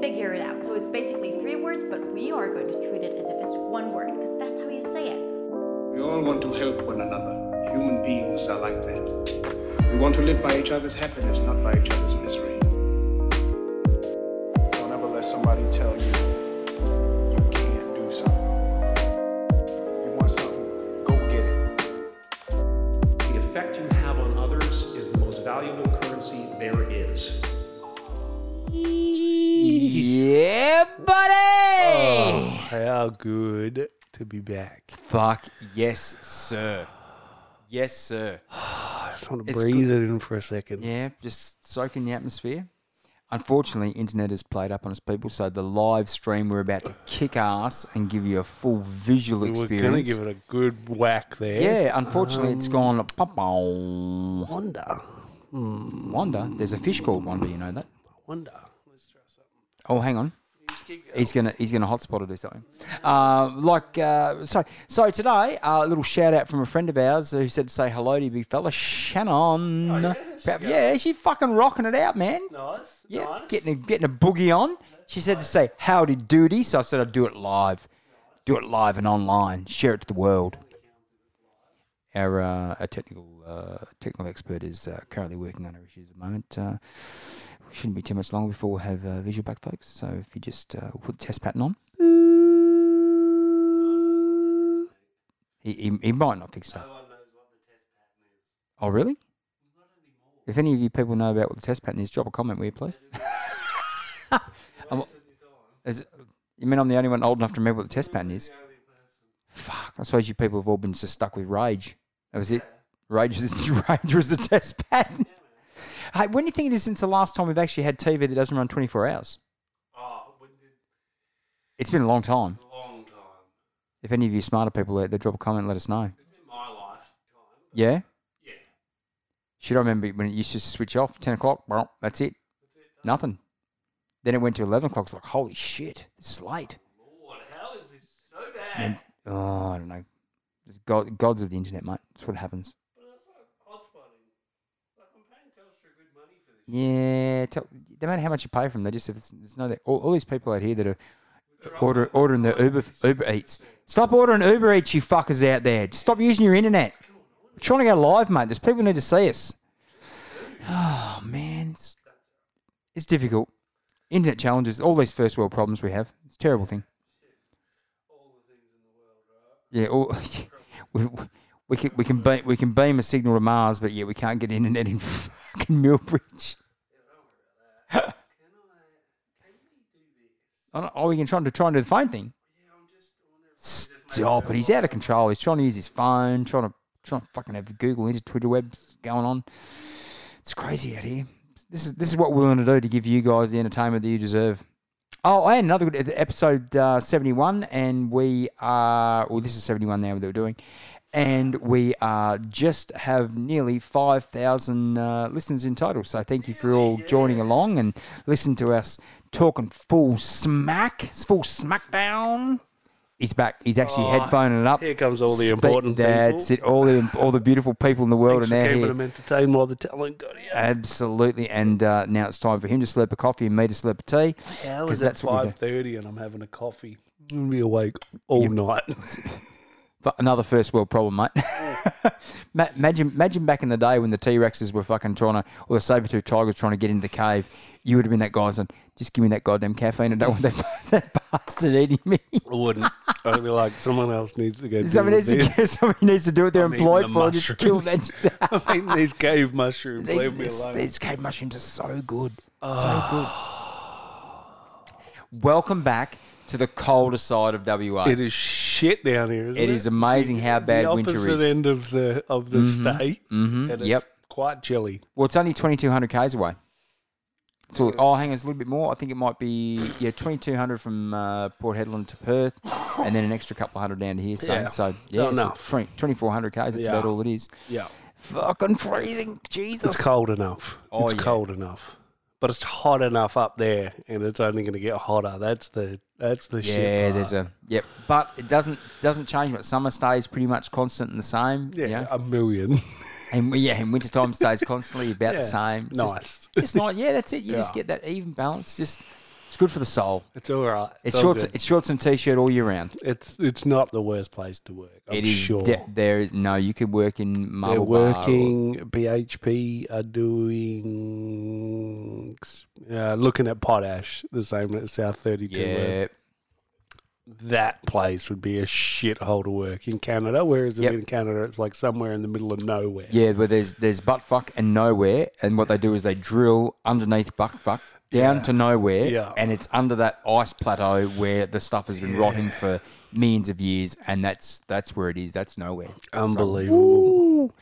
figure it out. So it's basically three words, but we are going to treat it as if it's one word because that's how you say it. We all want to help one another. Human beings are like that. We want to live by each other's happiness, not by each other's misery. Don't ever let somebody tell you you can't do something. You want something, go get it. The effect you have on others is the most valuable currency there is. Yeah, Oh. buddy. how good to be back. Fuck yes, sir. Yes, sir. I just want to It's breathe it in for a second. Yeah, just soak in the atmosphere. Unfortunately, internet has played up on us people, so the live stream we're about to kick ass and give you a full visual we were experience. going to give it a good whack there. yeah, unfortunately, it's gone. Um. Pop Wonder. Wanda, there's a fish called Wanda. You know that? Wonder. Oh, hang on. He's gonna he's gonna hotspot or do something. Uh, like uh, so so today, uh, a little shout out from a friend of ours who said to say hello to you, big fella, Shannon. yeah? Proud- Oh, yeah, she fucking rocking it out, man. Nice. Yeah, getting a, getting a boogie on. She said to say howdy doody, so I said I'd do it live, do it live and online, share it to the world. Our, uh, our technical uh, technical expert is uh, currently working on her issues at the moment. Uh, shouldn't be too much longer before we'll have uh, visual back, folks. So if you just uh, put the test pattern on, he, he, he might not fix it. up. Oh really? If any of you people know about what the test pattern is, drop a comment, will you, please? I'm- Is it- you mean I'm the only one old enough to remember what the test pattern is? Fuck! I suppose you people have all been just stuck with rage. That was it. Rage was rage was the test pattern. Hey, when do you think it is since the last time we've actually had TV that doesn't run 24 hours? It's been a long time. Oh, Long time. If any of you smarter people out there, drop a comment, let us know. In my lifetime. Yeah? Yeah. Should I remember when it used to switch off? 10 o'clock? Well, that's it. Nothing. Then it went to 11 o'clock. It's like, holy shit, it's late. Lord, how is this so And, bad? then- oh, I don't know. It's God, gods of the internet, mate. That's what happens. Yeah, tell, no matter how much you pay for them, they just if it's, it's no. All, all these people out here that are order, ordering their Uber Uber Eats. Stop ordering Uber Eats, you fuckers out there. Stop using your internet. We're trying to go live, mate. There's people who need to see us. Oh man, it's, it's difficult. Internet challenges, all these first world problems we have. It's a terrible thing. Yeah, all, we, we can we can beam, we can beam a signal to Mars, but yeah, we can't get internet in fucking Millbridge. I don't, oh, we can try and try and do the phone thing. Stop it! oh, He's out of control. He's trying to use his phone, trying to trying to fucking have Google into Twitter webs going on. It's crazy out here. This is this is what we're going to do to give you guys the entertainment that you deserve. Oh, I had another good e- episode uh, 71, and we are, well, this is 71 now that we're doing, and we are just have nearly 5,000 uh, listeners in total. So thank you for all joining along and listen to us talking full smack, full smackdown. He's back. He's actually headphoning it up. Oh, Here comes all the Speak- important That's people. it. All the all the beautiful people in the world Thanks are now for keeping here. them entertained while the talent got here. Absolutely. And uh, now it's time for him to slurp a coffee and me to slurp a tea. How 'cause is that's that's what we do. 5.30 and I'm having a coffee? I'm going to be awake all night. But another first world problem, mate. Ma- imagine, imagine back in the day when the T Rexes were fucking trying to, or the saber tooth tigers trying to get into the cave. You would have been that guy saying, "Just give me that goddamn caffeine. I don't want that, that bastard eating me." I wouldn't. I'd be like, someone else needs to go do Somebody needs, this. to, somebody needs to do what they're I'm eating employed the for. Just kill mushrooms. that. I'm eating these cave mushrooms. these, Leave me these, alone. these cave mushrooms are so good, so Ah. good. Welcome back to the colder side of WA. It is shit down here, isn't it? It is amazing how the bad opposite winter is. end of the of the state. Mm-hmm. And Yep. It's quite chilly. Well, it's only 2,200 k's away. So, oh, hang on, it's a little bit more. I think it might be, yeah, 2,200 from uh, Port Hedland to Perth, and then an extra couple hundred down to here. So, Yeah. so yeah, Fair so enough. 20 2,400 k's, that's Yeah. about all it is. Yeah. Fucking freezing, Jesus. It's cold enough. Oh, it's yeah. cold enough. But it's hot enough up there and it's only gonna get hotter. That's the that's the shit. Yeah, part. there's a, yep. But it doesn't doesn't change much. Summer stays pretty much constant and the same. yeah, you know? a million. And we- yeah, and wintertime stays constantly about Yeah, the same. It's nice. Just, just not, yeah, that's it. You just Yeah. get that even balance. Just It's good for the soul. It's all right. It's all shorts. good. It's shorts and t-shirt all year round. It's it's not the worst place to work. I'm It is sure. de- there is no. You could work in They're marble bar or- working. BHP are doing uh, looking at potash the same as South Thirty Two. yeah, That place would be a shithole to work in Canada. Where is it Yep. in Canada? It's like somewhere in the middle of nowhere. yeah. But there's there's buttfuck and nowhere, and what they do is they drill underneath buttfuck down to nowhere, Yeah. and it's under that ice plateau where the stuff has been rotting for millions of years, and that's that's where it is. That's nowhere. Unbelievable.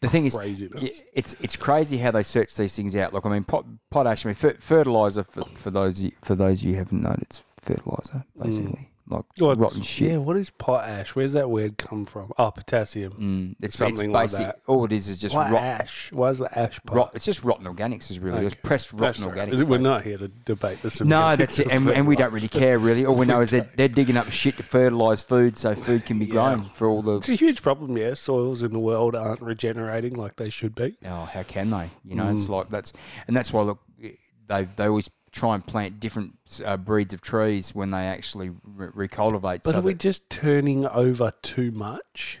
The thing is, Craziness. yeah, it's it's crazy how they search these things out. Like I mean, pot, potash, I mean, fer- fertilizer for, for those you, for those you haven't known, it's fertilizer basically, like What's- rotten shit. Hmm. Yeah, what is potash? Where's that word come from? Oh, potassium. Mm, it's, something it's like basic. that. All it is is just Why rot, ash? Why is the ash part? rot. It's just rotten organics is really just pressed That's rotten all right. organics. We're mate. not here to debate the No, semantics that's it, of and, and we don't really fertilizer. care really. All we know is they're, they're digging up shit to fertilize food, so food can be grown for all It's a the. huge problem, yeah. Soils in the world aren't regenerating like they should be. Oh, how can they? You know, Mm. it's like that's, and that's why look, they they always try and plant different uh, breeds of trees when they actually re- recultivate. But so are we that- just turning over too much?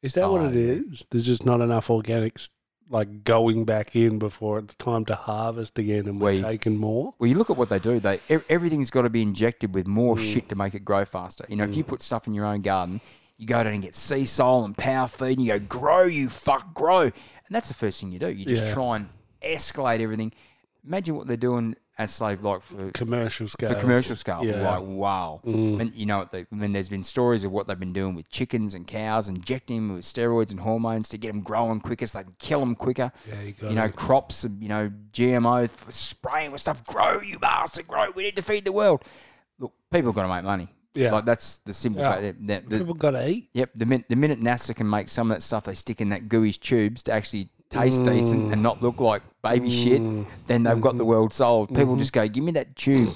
Is that Oh, what it is? There's just not enough organics like going back in before it's time to harvest again and we're We- taking more? Well, you look at what they do. They e- everything's got to be injected with more Mm. shit to make it grow faster. You know, if you put stuff in your own garden, you go down and get sea soul and power feed, and you go grow, you fuck grow, and that's the first thing you do. You just Yeah. try and escalate everything. Imagine what they're doing at slave like for. Commercial scale. For commercial scale, uh, Yeah. Mm. like wow, and you know, they, I mean, there's been stories of what they've been doing with chickens and cows, injecting them with steroids and hormones to get them growing quicker, so they can kill them quicker Yeah, you got you know, it. crops, and, you know, GMO, f- spraying with stuff. Grow, you bastard, grow. We need to feed the world. Look, people got to make money. Yeah. Like, that's the simple Yeah. fact. that- that- the- People got to eat. yep. The, min- the minute NASA can make some of that stuff they stick in that gooey tubes to actually Mm. taste decent and not look like baby shit, then they've got the Mm-hmm. world sold. People just go, give me that tube.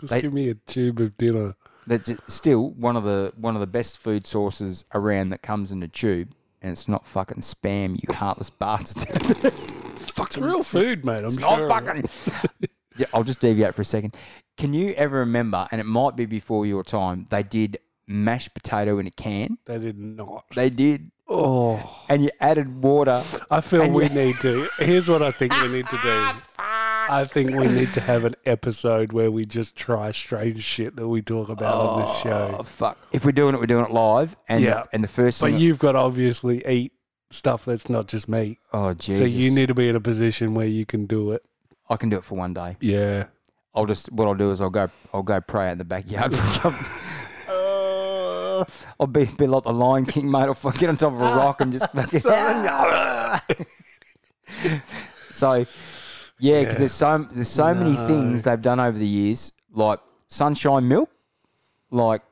Just They- give me a tube of dinner. That's it- still one of the one of the best food sources around that comes in a tube, and it's not fucking spam, you heartless bastards. It's real food, mate. I'm It's sure not of it. fucking. yeah, I'll just deviate for a second. Can you ever remember? And it might be before your time. They did mashed potato in a can. They did not. They did, Oh. and you added water. I feel And we you- need to. Here's what I think we need to do. I think we need to have an episode where we just try strange shit that we talk about on this Oh show. fuck! If we're doing it, we're doing it live. And Yeah. the, and the first But thing. you've got to obviously eat stuff that's not just meat. oh Jesus! So you need to be in a position where you can do it. I can do it for one day. Yeah. I'll just what I'll do is I'll go I'll go pray out in the backyard. For a couple- Uh, I'll be, be like the Lion King, mate. I'll fucking get on top of a rock and just fucking. so, yeah, because there's so there's so many things they've done over the years, like sunshine milk, like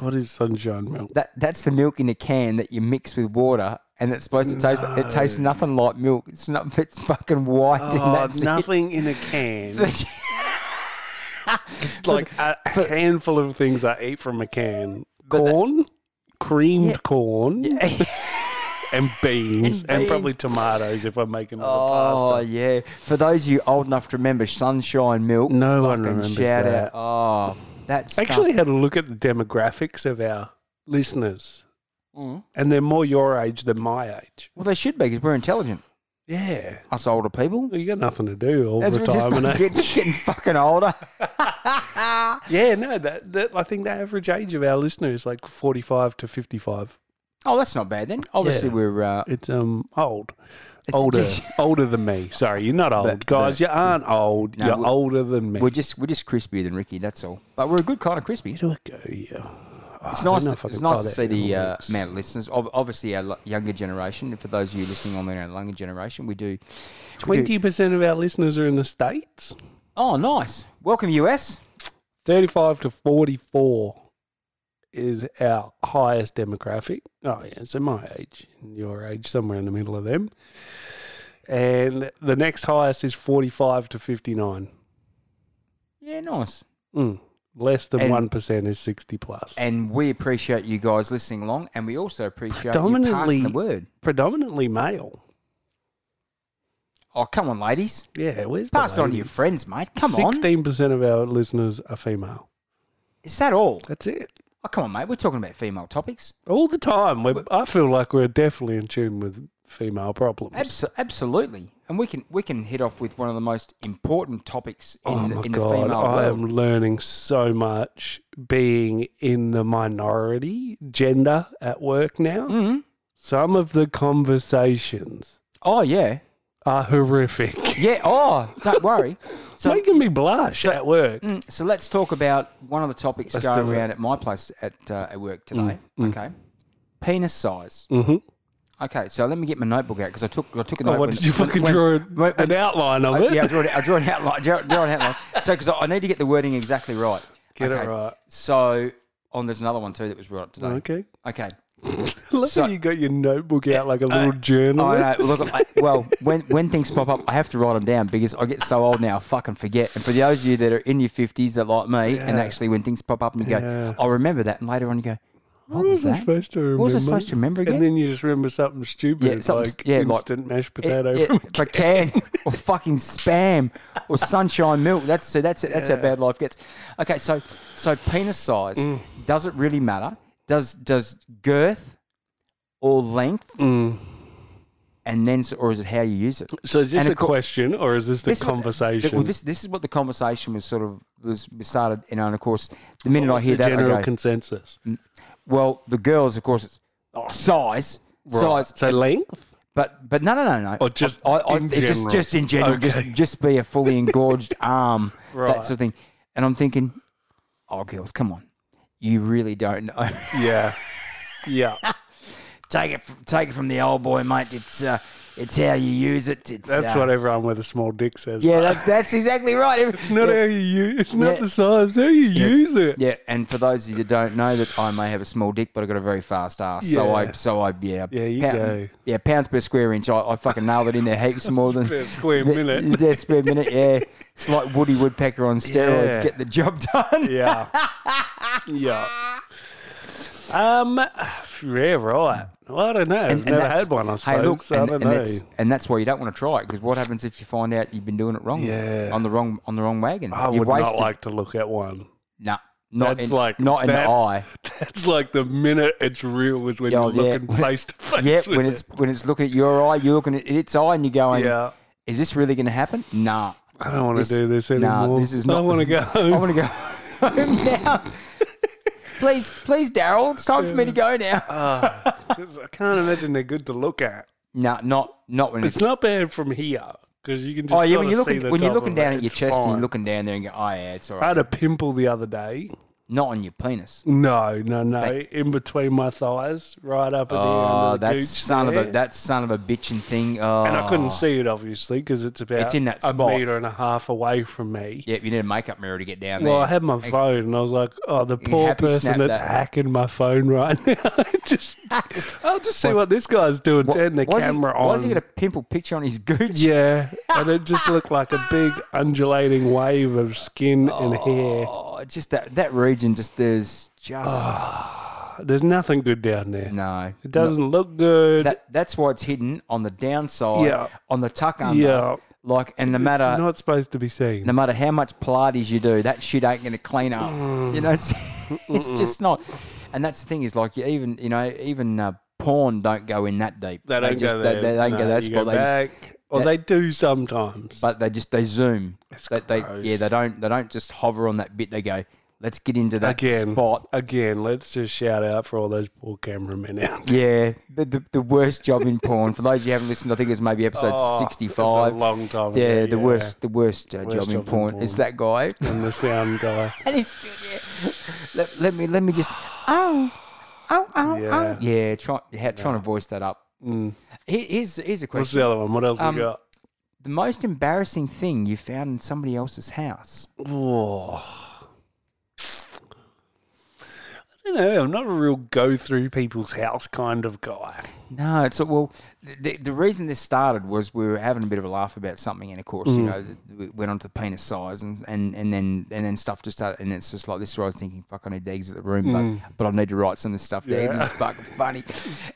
What is sunshine milk? that that's the milk in a can that you mix with water. And it's supposed to taste. It tastes nothing like milk. It's not. It's fucking white. and that's it. Oh, in a can. It's like a but- handful of things I eat from a can. Corn, creamed corn, and beans, and, probably beans. tomatoes if I'm making them Oh pasta. yeah, for those of you old enough to remember Sunshine Milk, No one fucking remembers shout that. out. Oh, that's Actually, had a look at the demographics of our listeners, Mm. and they're more your age than my age. well, they should be because we're intelligent. Yeah, Us older people, well, you got nothing to do all as the we're just, time. fucking And get, age. just getting fucking older. yeah, no, that, that I think the average age of our listeners is like 45 to 55. Oh, that's not bad then. Obviously, Yeah. we're uh, It's um old. It's- older, older than me. Sorry, you're not old, But- guys. but- you aren't old. No, you're we- older than me. we're just we're just crispier than Ricky. That's all. But we're a good kind of crispy. Where do I go? Yeah, It's nice. To, it's nice to see the uh, amount of listeners. Ob- Obviously, our lo- younger generation. And for those of you listening on our younger generation, we do. we do- Twenty percent of our listeners are in the states. Oh, nice. Welcome, US. Thirty-five to forty-four is our highest demographic. Oh yeah, so my age, and your age, somewhere in the middle of them. And the next highest is forty-five to fifty-nine. Yeah, nice. Mm. Less than And- one percent is sixty plus. And we appreciate you guys listening along, and we also appreciate you passing Predominantly- the word. predominantly male. Oh, come on, ladies. Yeah, where's the Pass it on to your ladies? friends, mate. Come on. 16% of our listeners are female. Is that all? That's it. Oh, come on, mate. We're talking about female topics. All the time. We're, I feel like we're definitely in tune with female problems. Abso- absolutely. And we can we can hit off with one of the most important topics in, oh the, my in the God. female I am world. learning so much being in the minority gender at work now. Mhm. Some of the conversations Oh yeah, are horrific. yeah. Oh, don't worry. It's So making me blush at work. Mm, so let's talk about one of the topics Let's going do it. Mm. around at my place at uh, at work today. Okay, penis size. Mm-hmm. Okay, so let me get my notebook out because I took I took a Oh, notebook. what did you fucking draw an, an outline of it? Uh, yeah, I drew, an- I drew an outline. Draw, draw an outline. So because I, I need to get the wording exactly right. Get it right. So on there's another one too that was brought up today. Okay. Okay. Look So- how you got your notebook out like a little journal. I know. Look, I, well, when when things pop up, I have to write them down because I get so old now, I fucking forget. And for those of you that are in your fifties that like me, and Yeah. actually when things pop up and you go, Yeah. I remember that, and later on you go, what What was was I that? supposed to What was I remember? supposed to remember again? And then you just remember something stupid, Yeah, something s- like yeah, like- instant mashed It- potato. it- from a a can or fucking spam or sunshine milk. That's so that's it. That's how bad life gets. Okay, so so penis size Mm. does it really matter? Does does girth or length, Mm. and then s- or is it how you use it? So is this And a of cour- question or is this the This is what- conversation? Well, this this is what the conversation was sort of was was started, you know, and of course, the minute I What's hear the that, I general go, consensus. well, the girls, of course, it's oh, size, size, So length. but but no, no, no, no, Or just in it just general. just in general, Okay. just just be a fully engorged arm, Right. that sort of thing, and I'm thinking, oh, girls, come on, you really don't know. Yeah. Yeah. take it fr- take it from the old boy, mate. It's uh, it's how you use it. It's That's uh, what everyone with a small dick says. Yeah, that's that's exactly right. It's not how you use it's not Yeah. the size, it's how you Yes. use it. Yeah, and for those of you that don't know, that I may have a small dick, but I got a very fast ass. So I, Yeah. so I, yeah, Yeah, you pound- go. Yeah, pounds per square inch. I, I fucking nailed it in there heaps more than Per square the- minute. Yeah, square minute. Yeah, it's like Woody Woodpecker on steroids. Yeah. Get the job done. Yeah. yeah. Um yeah, right. Well, I don't know. I've never that's- had one, I suppose. Hey, look, so I and, don't and know. that's and that's why you don't want to try it because what happens if you find out you've been doing it wrong? Yeah. on the wrong on the wrong wagon. I you would not like to look at one. Nah, not that's in, like not in the that's, eye. That's like the minute it's real is when Yeah, you're yeah. looking face to face. Yeah, with when it. it's when it's looking at your eye, you're looking at its eye, and you're going, yeah. is this really going to happen? Nah. I don't want This- to do this nah, anymore. this is I not- want to go I home. want to go home now. please, please, Daryl, it's time for me to go now. Ah, 'cause I can't imagine they're good to look at. No, not not when it's. It's not bad from here because you can just. oh yeah, when sorta you're see looking the when you're top looking of it, down at your it's chest and fine. you're looking down there and go, oh yeah, it's all I right. had a pimple the other day. Not on your penis. No, no, no. In between my thighs, right up at the end Oh, of the that gooch son there. of a that son of a bitching thing. Oh. And I couldn't see it obviously because it's about It's in that a spot. meter and a half away from me. Yep, you need a makeup mirror to get down there. Well, I had my phone and I was like, oh, the poor happy person snap that's that. hacking my phone right now. just, Just- I'll just see what this guy's doing, turn the why's camera he, on. Why's he got a pimple picture on his gooch? Yeah, and it just looked like a big undulating wave of skin and hair. Oh, just that that region just there's just There's nothing good down there. no. Ah. It doesn't look good. That that's why it's hidden on the downside, Yeah. on the tuck under. Yeah. Like, and no matter it's not supposed to be seen. no matter how much Pilates you do, that shit ain't gonna clean up. Mm. You know, it's, it's just not. And that's the thing is, like, you even you know even uh, porn don't go in that deep. they don't just, go They, there. they don't no, go that you spot. they just, back. or that- they do sometimes. but they just they zoom. It's They, they yeah, gross. they don't they don't just hover on that bit. They go, let's get into that again, spot. again, let's just shout out for all those poor cameramen out. there. Yeah, the, the, the worst job in porn. For those you haven't listened, I think it was maybe episode Oh, it's a sixty-five. long time ago, Yeah, the yeah. worst, the worst, uh, job, in, porn is that guy. And the sound guy. and he's still there. Let, let me, let me just. Oh, oh, oh, oh. Yeah. Yeah, try, yeah, trying to voice that up. Here- Here's here's a Mm. What's question: the other one? What else Um, we got? The most embarrassing thing you found in somebody else's house? Oh. I don't know. I'm not a real go through people's house kind of guy. No, it's uh, well. The, the reason this started was we were having a bit of a laugh about something, and of course, Mm. you know, we went on to penis size, and, and, and then and then stuff just started, and it's just like this. Is where I was thinking, fuck, I need to Mm. exit the room, but but I need to write some of this stuff down. This is fucking funny.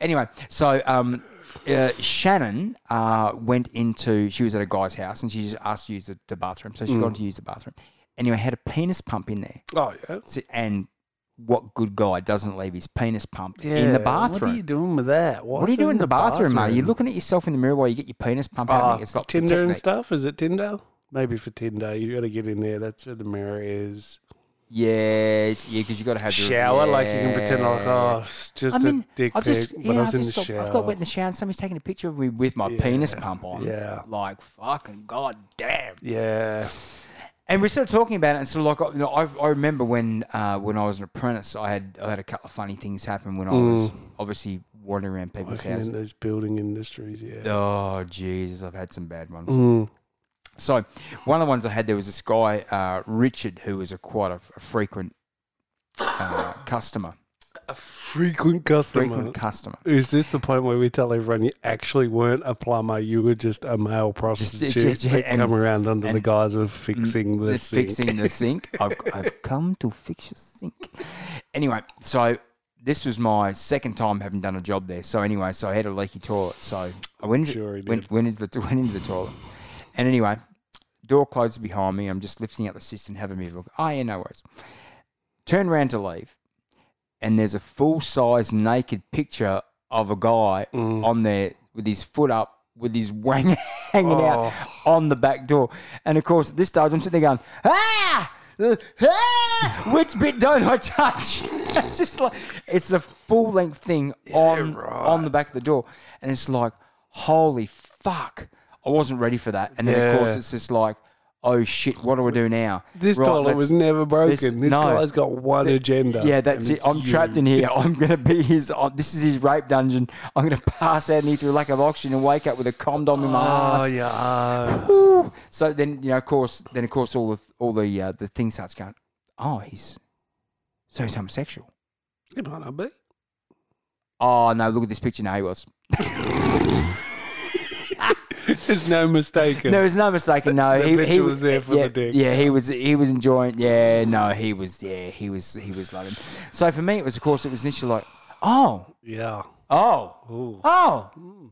anyway, so um, uh, Shannon uh, went into, she was at a guy's house and she just asked to use the, the bathroom. So she Mm. got to use the bathroom. Anyway, had a penis pump in there. Oh yeah. So- And what good guy doesn't leave his penis pumped in the bathroom? What are you doing with that? What are you doing in the bathroom, mate? You're looking at yourself in the mirror while you get your penis pump out. Ah, mate. it's like the Tinder and technique. stuff. Is it Tinder? Maybe for Tinder, you got to get in there. That's where the mirror is. Yes, yeah, because you got to have your Shower, like you can pretend like, yeah. oh, it's just I mean, a dick I've pic, just, but yeah, I I've, was in the just got, shower. I've got wet in the shower and somebody's taking a picture of me with my penis Yeah, pump on. yeah. Like, fucking god damn. yeah, And we're still talking about it, and so like you know, I, I remember when uh, when I was an apprentice, I had I had a couple of funny things happen when I was obviously wandering around people's Mm. working houses. in those building industries. Yeah. Oh Jesus, I've had some bad ones. Mm. So one of the ones I had there was this guy uh, Richard, who was a quite a, a frequent uh, customer, Frequent customer. frequent customer. Is this the point where we tell everyone you actually weren't a plumber? You were just a male prostitute just- that and- come around under the and- guise of fixing the That's sink. fixing the sink. I've, I've come to fix your sink. Anyway, so this was my second time having done a job there. So anyway, so I had a leaky toilet. So I went into, Sure he went, went into the went into the toilet, and anyway, door closes behind me. I'm just lifting up the cistern, having me look. Oh yeah, no worries. Turn around to leave, and there's a full size naked picture of a guy on there with his foot up. With his wang hanging out on the back door. And of course, at this stage, I'm sitting there going, ah! Uh, ah! Which bit don't I touch? it's just like, it's a full length thing on, on the back of the door. And it's like, holy fuck. I wasn't ready for that. And then, of course, Yeah. it's just like, oh shit, what do I do now? This Right, toilet let's- was never broken. This, no. guy's got one agenda. yeah, that's and it. it's I'm you. trapped in here. I'm going to be his. oh, this is his rape dungeon. I'm going to pass out and eat through lack of oxygen and wake up with a condom in my Oh ass. yeah. Woo. So then, you know, of course, then of course, all the all the uh, the thing starts going. Oh, he's so he's homosexual. Good on a bit. Oh no, look at this picture. No, he was. There's no mistaking. No, it's no mistake. No, the he, he picture was there for the yeah, dick. Yeah, he was. He was enjoying. Yeah, no, he was. Yeah, he was. He was loving. So for me, it was of course, it was initially like, oh, Yeah. oh, Ooh. Mm-hmm.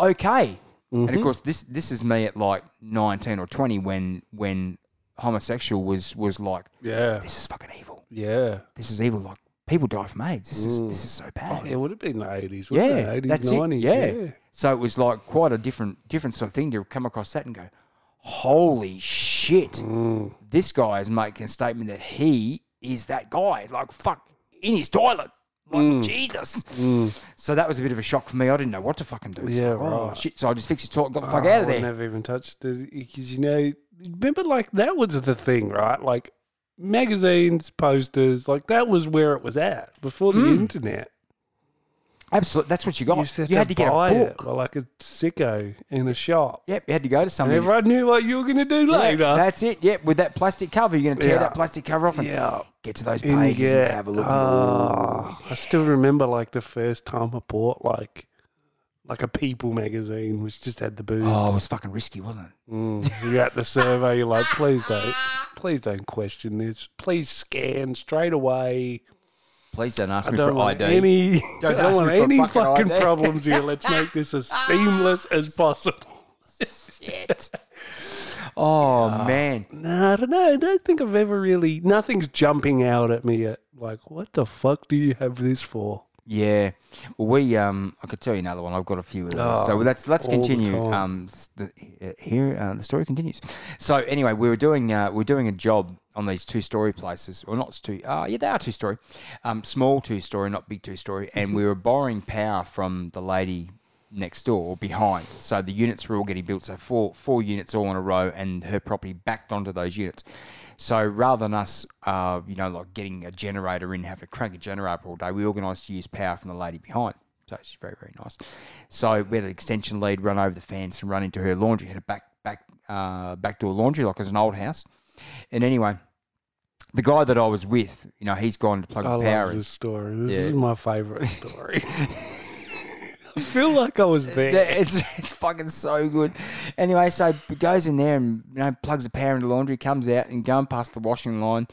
oh, okay. And of course, this this is me at like nineteen or twenty when when homosexual was was like, Yeah. this is fucking evil. Yeah. this is evil. Like people die from AIDS. This is Mm. this is so bad. It would have been the eighties, yeah, wouldn't it? Eighties, that's nineties. it. Yeah. So it was like quite a different different sort of thing to come across that and go, holy shit, Mm. this guy is making a statement that he is that guy. Like fuck in his toilet. Like Mm. Jesus. So that was a bit of a shock for me. I didn't know what to fucking do. It's Yeah, like, oh, right. shit. So I just fixed his toilet, got the fuck Oh, out of I there. Never even touched it because you know, remember like that was the thing, right? Like magazines, posters, like that was where it was at before the Mm. internet. Absolutely. That's what you You, got. just You, had had to get a buy book. it well, like a sicko in a shop, Yep, you had to go to and somebody. everyone knew what you were going to do Yeah, later. That's it. Yep, with that plastic cover, you're going to tear Yeah. that plastic cover off and yeah. get to those And you pages get- and have a look. Oh, I still remember like the first time I bought like like a People magazine, which just had the boobs. oh, it was fucking risky, wasn't it? Mm. You're at the survey, you're like, please don't, please don't question this. Please scan straight away. Please don't ask I me don't for want ID. any, Don't I don't ask want me for any fucking fucking ID. problems here. Let's make this as seamless as possible. Shit. Oh man, No, I don't know. I don't think I've ever really. Nothing's jumping out at me. At, like, what the fuck do you have this for? yeah. Well, we um, I could tell you another one. I've got a few of those. so Oh, let's let's all the continue. time. Um, s- the, uh, here uh, the story continues. So anyway, we were doing uh, we were doing a job on these two story places, or not two. Uh, yeah, they are two story. Um, small two story, not big two story. And we were borrowing power from the lady next door or behind. So the units were all getting built. So four four units all in a row, and her property backed onto those units. So rather than us, uh, you know, like getting a generator in, have to crank a generator up all day, we organised to use power from the lady behind. So she's very very nice. So we had an extension lead run over the fence and run into her laundry. Had a back back uh, backdoor laundry like it was an old house. And anyway. The guy that I was with, you know, he's gone to plug I the power love in. this story. This Yeah. is my favorite story. I feel like I was there. Yeah, it's, it's fucking so good. Anyway, so he goes in there and you know plugs the power into laundry, comes out and going past the washing line,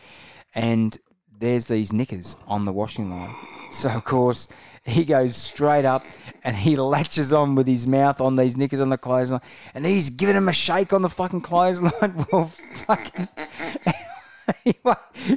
and there's these knickers on the washing line, So of course he goes straight up and he latches on with his mouth on these knickers on the clothesline, and he's giving him a shake on the fucking clothesline. Well, fucking.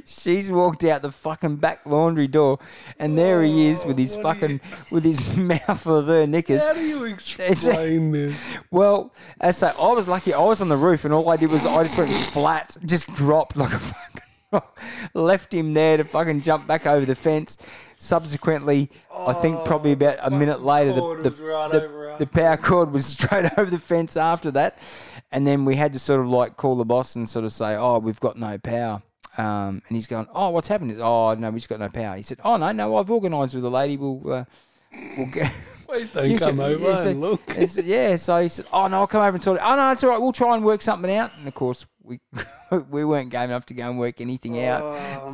She's walked out the fucking back laundry door, and there he is with his fucking with his mouth of her knickers. How do you explain this? Well, as I say, I was lucky. I was on the roof, and all I did was I just went flat, just dropped like a fucking rock. Left him there to fucking jump back over the fence. Subsequently, I think probably about a minute later, Oh, cord the, was the, right the- over us. the power cord was straight over the fence after that. And then we had to sort of like call the boss and sort of say, oh, we've got no power. Um, and he's going, oh, what's happened? Oh, no, we just got no power. He said, oh, no, no, I've organised with a lady. We'll, uh, we'll get. Please don't You come should- over yeah, so- and look. he said, yeah, so he said, oh, no, I'll come over and sort it. Oh, no, it's all right. We'll try and work something out. And of course, we we weren't game enough to go and work anything out. Oh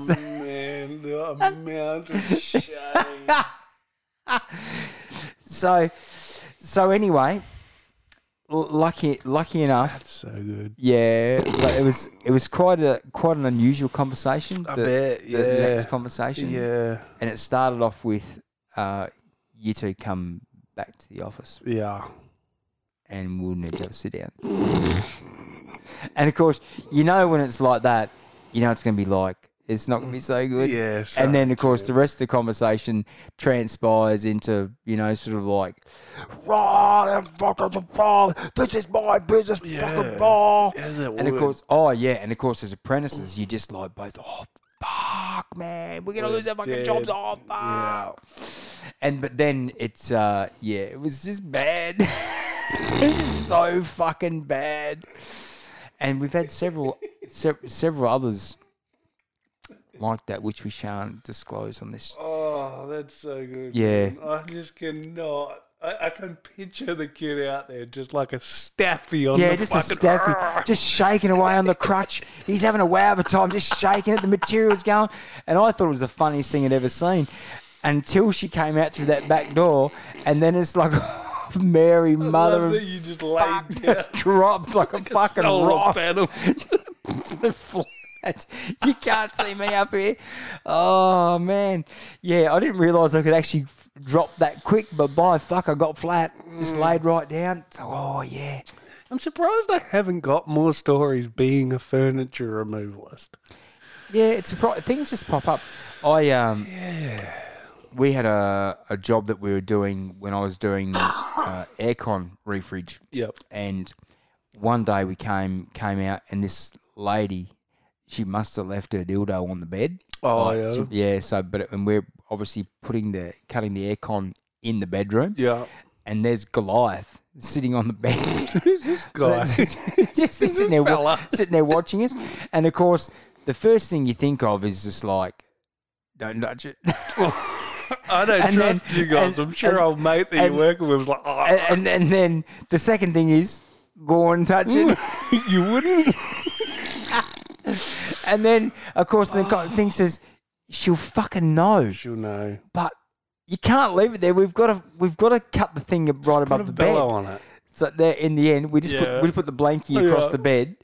man, the amount of shame. So, so anyway, l- lucky lucky enough, so good. yeah, but it was it was quite a quite an unusual conversation. I the, bet, the next yeah. conversation, Yeah, and it started off with, uh, you two come back to the office. yeah. and we'll need to have a sit down. and of course, you know when it's like that, you know it's going to be like it's not going to be so good. Yeah, so- and then of course the rest of the conversation transpires into you know sort of like, raw fucking raw. This is my business, Yeah. fucking raw. And that And of woman. course, oh yeah, and of course as apprentices, you just like both. Oh fuck, man, we're gonna We're lose our fucking dead. jobs. Oh fuck. Yeah. And but then it's uh yeah, it was just bad. this is so fucking bad. And we've had several se- several others like that which we shan't disclose on this. Oh, that's so good. Yeah. man. I just cannot. I, I can picture the kid out there just like a staffy on Yeah, the just a fucking. staffy, just shaking away on the crutch. He's having a wow of a time, just shaking it. The material's going, and I thought it was the funniest thing I'd ever seen, until she came out through that back door, and then it's like, Mary, Mother mother Love of that you just fuck, laid down just dropped like a fucking solar rock panel. to the flat. You can't see me up here. Oh man, yeah, I didn't realise I could actually f- drop that quick, but by fuck, I got flat, just Mm. laid right down. So oh yeah, I'm surprised I haven't got more stories being a furniture removalist. yeah. It's surpri- things just pop up. I um, we had a a job that we were doing when I was doing uh, aircon refridge. Yep. and one day we came came out and this lady she must have left her dildo on the bed Oh, Like, yeah. she- yeah so but it- and we're obviously putting the cutting the aircon in the bedroom Yeah. and there's goliath sitting on the bed Who's this guy? just sitting there, wa- fella. sitting there watching us. And of course, the first thing you think of is just like, don't touch it. I don't And then- trust you guys. and- I'm sure and- old mate that and- you're working with was like, oh, and, and, and then the second thing is, go and touch it. you wouldn't. And then, of course, the guy thing says, she'll fucking know. She'll know. But you can't leave it there. We've got to, we've got to cut the thing right Put above a the bed. bellow on it. So there, in the end, we just Yeah. put we put the blankie across Yeah. the bed,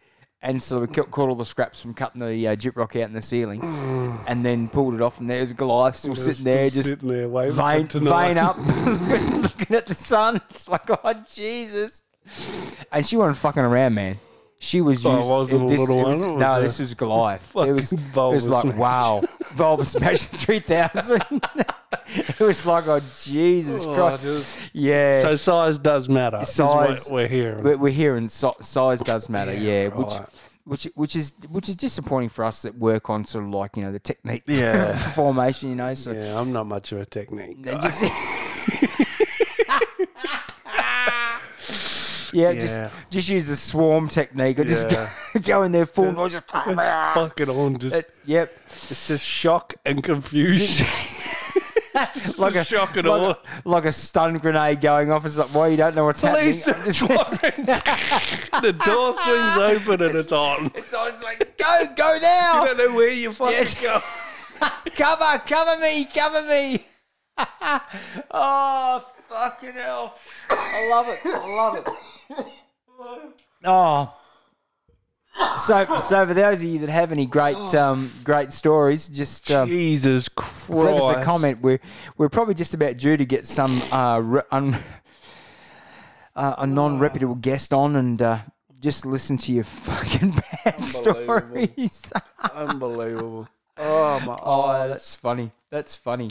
and so we caught, caught all the scraps from cutting the uh, gyprock out in the ceiling, and then pulled it off. And there's Goliath still sitting there, Still just sitting there waiting vein, for tonight. vein up, looking, looking at the sun. It's like, oh Jesus! And she wasn't fucking around, man. She was Oh, used. wasn't it- a this, little it one, was- it was no, a this was Goliath. It was, fucking it vulva was like smash. wow, Volva Smash three thousand. it was like, oh Jesus Oh, Christ! just- yeah. So size does matter. is what Size- we're hearing. We're, we're hearing so, size does matter, yeah. right. Which, which, which is which is disappointing for us that work on sort of like you know the technique, Yeah. for formation, you know. So yeah, I'm not much of a technique. and just- yeah, just Yeah. just use the swarm technique, or just go, go in there, form, or just Fuck it on. Just, It- yep, it's just shock and confusion. like a shock like, and awe. a- like a stun grenade going off. It's like, why you don't know what's Police happening? is the door swings open and it's on. You it's always like, go, go now. don't know where you fucking Yes. go. cover, cover me, cover me. oh, fucking hell. I love it. I love it. Oh. So, so for those of you that have any great, um, great stories, just um, Oh. Jesus leave us Christ. a comment. We're we're probably just about due to get some uh, re- un, uh, a non-reputable guest on and uh, just listen to your fucking bad Unbelievable. stories. Unbelievable. Oh, my oh, eyes. that's funny. That's funny.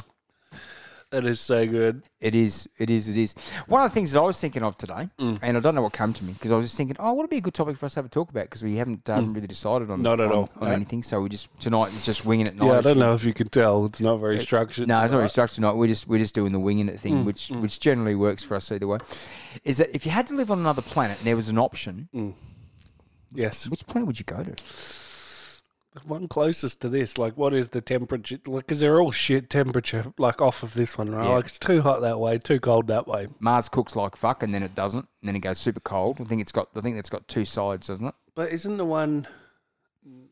That is so good. It is. It is. It is. One of the things that I was thinking of today, Mm. and I don't know what came to me because I was just thinking, oh, what would be a good topic for us to have a talk about because we haven't um, really decided on Mm. Not at on- all, on no. anything. So we just tonight is just winging it. Yeah, I knowledge. don't know if you can tell. It's not very structured. No, it's not really structured tonight. We're just we're just doing the winging it Mm, thing, which which generally works for us either way. Is that if you had to live on another planet and there was an option, Mm. Yes. which planet would you go to? The one closest to this, like, what is the temperature? Like, because they're all shit temperature, like, off of this one, right? Like, it's too hot that way, too cold that way. Mars cooks like fuck, and then it doesn't, and then it goes super cold. I think it's got I think that's got two sides, doesn't it? But isn't the one,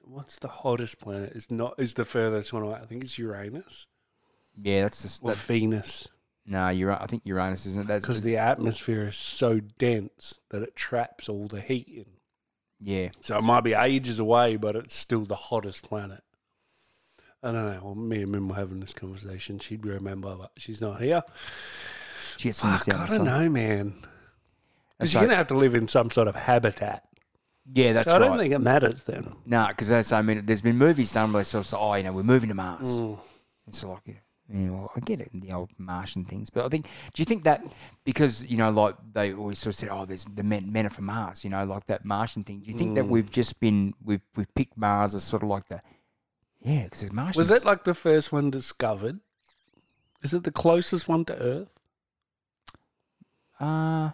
what's the hottest planet? Is not is the furthest one away? I think it's Uranus Yeah, that's just or that's, Venus, no. You're I think Uranus isn't it? That's because the atmosphere is so dense that it traps all the heat in. yeah. So it might be ages away, but it's still the hottest planet. I don't know. Well, me and Mim were having this conversation. She'd remember, but she's not here. She gets some of Fuck, this out. I this don't one. know, man. Because That's you're right. going to have to live in some sort of habitat. Yeah, that's so I right. don't think it matters then. No, because that's I mean, there's been movies done where they sort of say, "Oh, you know, we're moving to Mars." Mm. And so like, you know, I get it, the old Martian things, but I think, do you think that because you know, like they always sort of said, "Oh, there's the men, men are from Mars," you know, like that Martian thing. Do you think that Mm. we've just been we've we've picked Mars as sort of like the yeah, because Martians Was it like the first one discovered? Is it the closest one to Earth? uh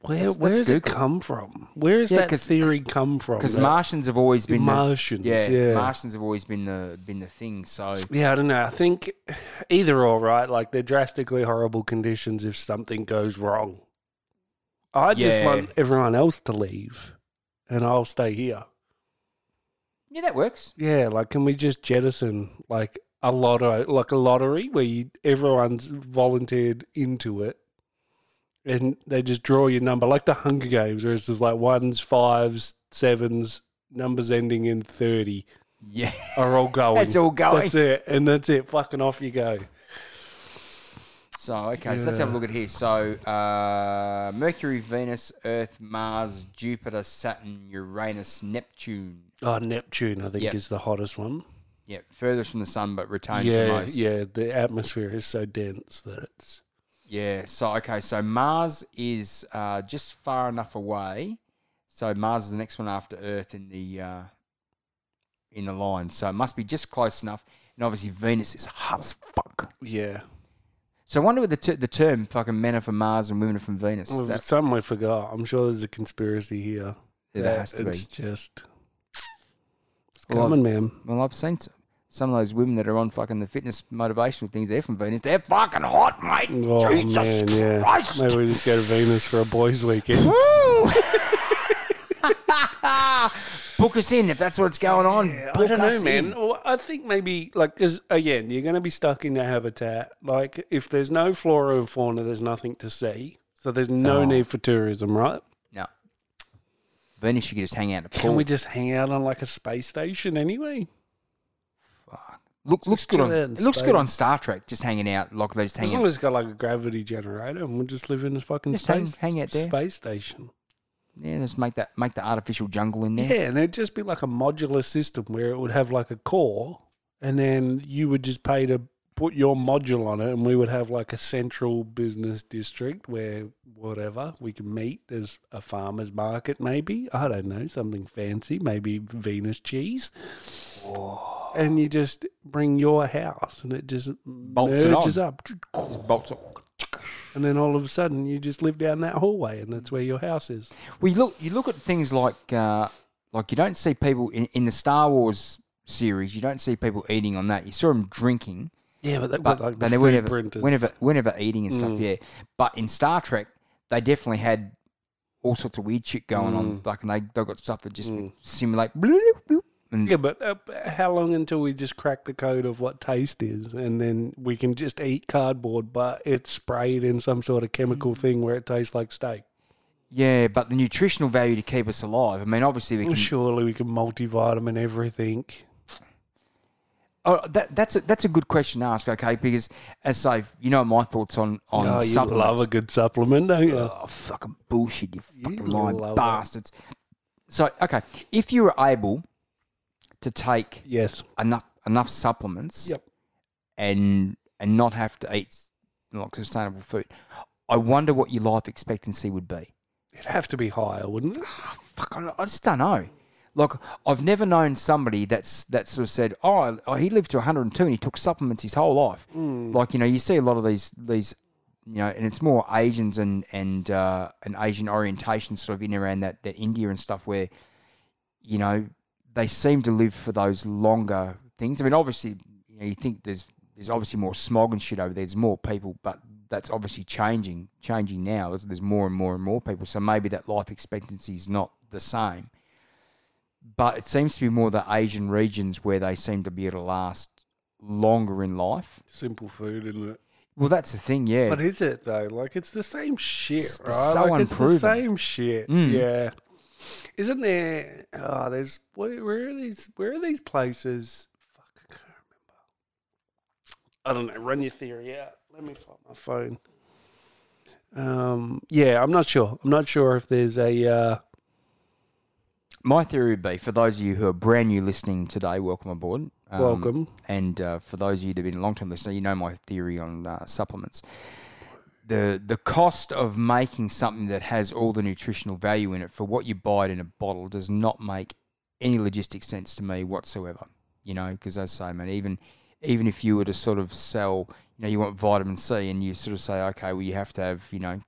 Where Let's- where let's does it Google. come from? Where does Yeah, that 'cause- theory come from? because that- Martians have always been Martians, the, yeah, yeah. Martians have always been the been the thing. So Yeah, I don't know. I think either or, right? Like they're drastically horrible conditions if something goes wrong. I just Yeah. want everyone else to leave and I'll stay here. yeah, that works. Yeah, like can we just jettison like a lotto like a lottery where you, everyone's volunteered into it and they just draw your number like the Hunger Games where it's just like ones, fives, sevens, numbers ending in 30 Yeah, are all going. That's all going. That's it. And that's it. Fucking off you go. So okay, so let's have a look at here. So uh, Mercury, Venus, Earth, Mars, Jupiter, Saturn, Uranus, Neptune. Oh, Neptune, I think, Yep. is the hottest one. Yeah, furthest from the sun, but retains the yeah, most. yeah. The atmosphere is so dense that it's Yeah, So okay, so Mars is uh, just far enough away. So Mars is the next one after Earth in the uh, in the line. So it must be just close enough. And obviously Venus is hot as fuck. yeah. So I wonder what the ter- the term "fucking men are from Mars and women are from Venus." Well, That, some we forgot. I'm sure there's a conspiracy here. Yeah, there that has to be. It's just it's Well, I've- coming, man. Well, I've seen some, some of those women that are on fucking the fitness motivational things. They're from Venus. They're fucking hot, mate. Oh Jesus man, yeah. Christ. Maybe we just go to Venus for a boys' weekend. Woo! Book us in if that's what's going on. I Book don't know, us man. in. Well, I think maybe like because again, you're going to be stuck in the habitat. Like if there's no flora and fauna, there's nothing to see. So there's no Oh. need for tourism, right? No. Venus, you could just hang out in a pool. Can we just hang out on like a space station anyway? Look, looks good do on. that in It looks good on space? Star Trek. Just hanging out, like they just As hang long out. as it's got like a gravity generator and we'll just live in a fucking Just hang- space, hang out there. space station. Yeah, just make that make the artificial jungle in Yeah. there. and it'd just be like a modular system where it would have like a core and then you would just pay to put your module on it and we would have like a central business district where whatever we can meet. There's a farmer's market maybe. I don't know, something fancy, maybe Venus cheese. And you just bring your house and it just Bolts it merges on. up. Just bolts up. And then all of a sudden, you just live down that hallway, and that's where your house is. Well, you look you look at things like uh, like you don't see people in, in the Star Wars series. You don't see people eating on that. You saw them drinking, Yeah, but that but, but, like but the they food were never, printers. Mm. whenever whenever eating and stuff. Yeah, but in Star Trek, they definitely had all sorts of weird shit going on. Mm. Like, and they they got stuff that just simulate. bloop, bloop, and yeah, but uh, how long until we just crack the code of what taste is, and then we can Mm-hmm. just eat cardboard, but it's sprayed in some sort of chemical thing where it tastes like steak? Yeah, but the nutritional value to keep us alive. I mean, obviously we can. Surely we can multivitamin everything. Oh, that, that's a, that's a good question to ask. Okay, because as say, you know my thoughts on on Oh, you love supplements. a good supplement, don't you? oh, fucking bullshit, you fucking You love lying it. bastards. So, okay, if you were able to take yes. enough enough supplements Yep. and and not have to eat like sustainable food, I wonder what your life expectancy would be. It'd have to be higher, wouldn't it? Ah, fuck, I, don't- I just don't know. Like, I've never known somebody that's that sort of said, "Oh, oh, he lived to 102 and he took supplements his whole life." Like, you know, you see a lot of these these, you know, and it's more Asians and and uh, and Asian orientation sort of in around that that India and stuff where, you know, they seem to live for those longer things. I mean, obviously, you know, you think there's there's obviously more smog and shit over there. There's more people, but that's obviously changing changing now. There's, there's more and more and more people, so maybe that life expectancy is not the same. But it seems to be more the Asian regions where they seem to be able to last longer in life. Simple food, isn't it? Well, that's the thing, yeah. But is it though? Like it's the same shit, It's the- right? so like unproven. it's the same shit. Mm. Yeah. Isn't there? Oh, there's what? Where are these? Where are these places? Fuck, I can't remember. I don't know. Run your theory out. Let me find my phone. Um. Yeah, I'm not sure. I'm not sure if there's a. Uh, My theory would be for those of you who are brand new listening today, welcome aboard. Um, Welcome. And uh, for those of you that have been long term listener, you know my theory on uh, supplements. The, the cost of making something that has all the nutritional value in it for what you buy it in a bottle does not make any logistic sense to me whatsoever. You know, because as I say, man, even even if you were to sort of sell, you know, you want vitamin C, and you sort of say, okay, well, you have to have, you know,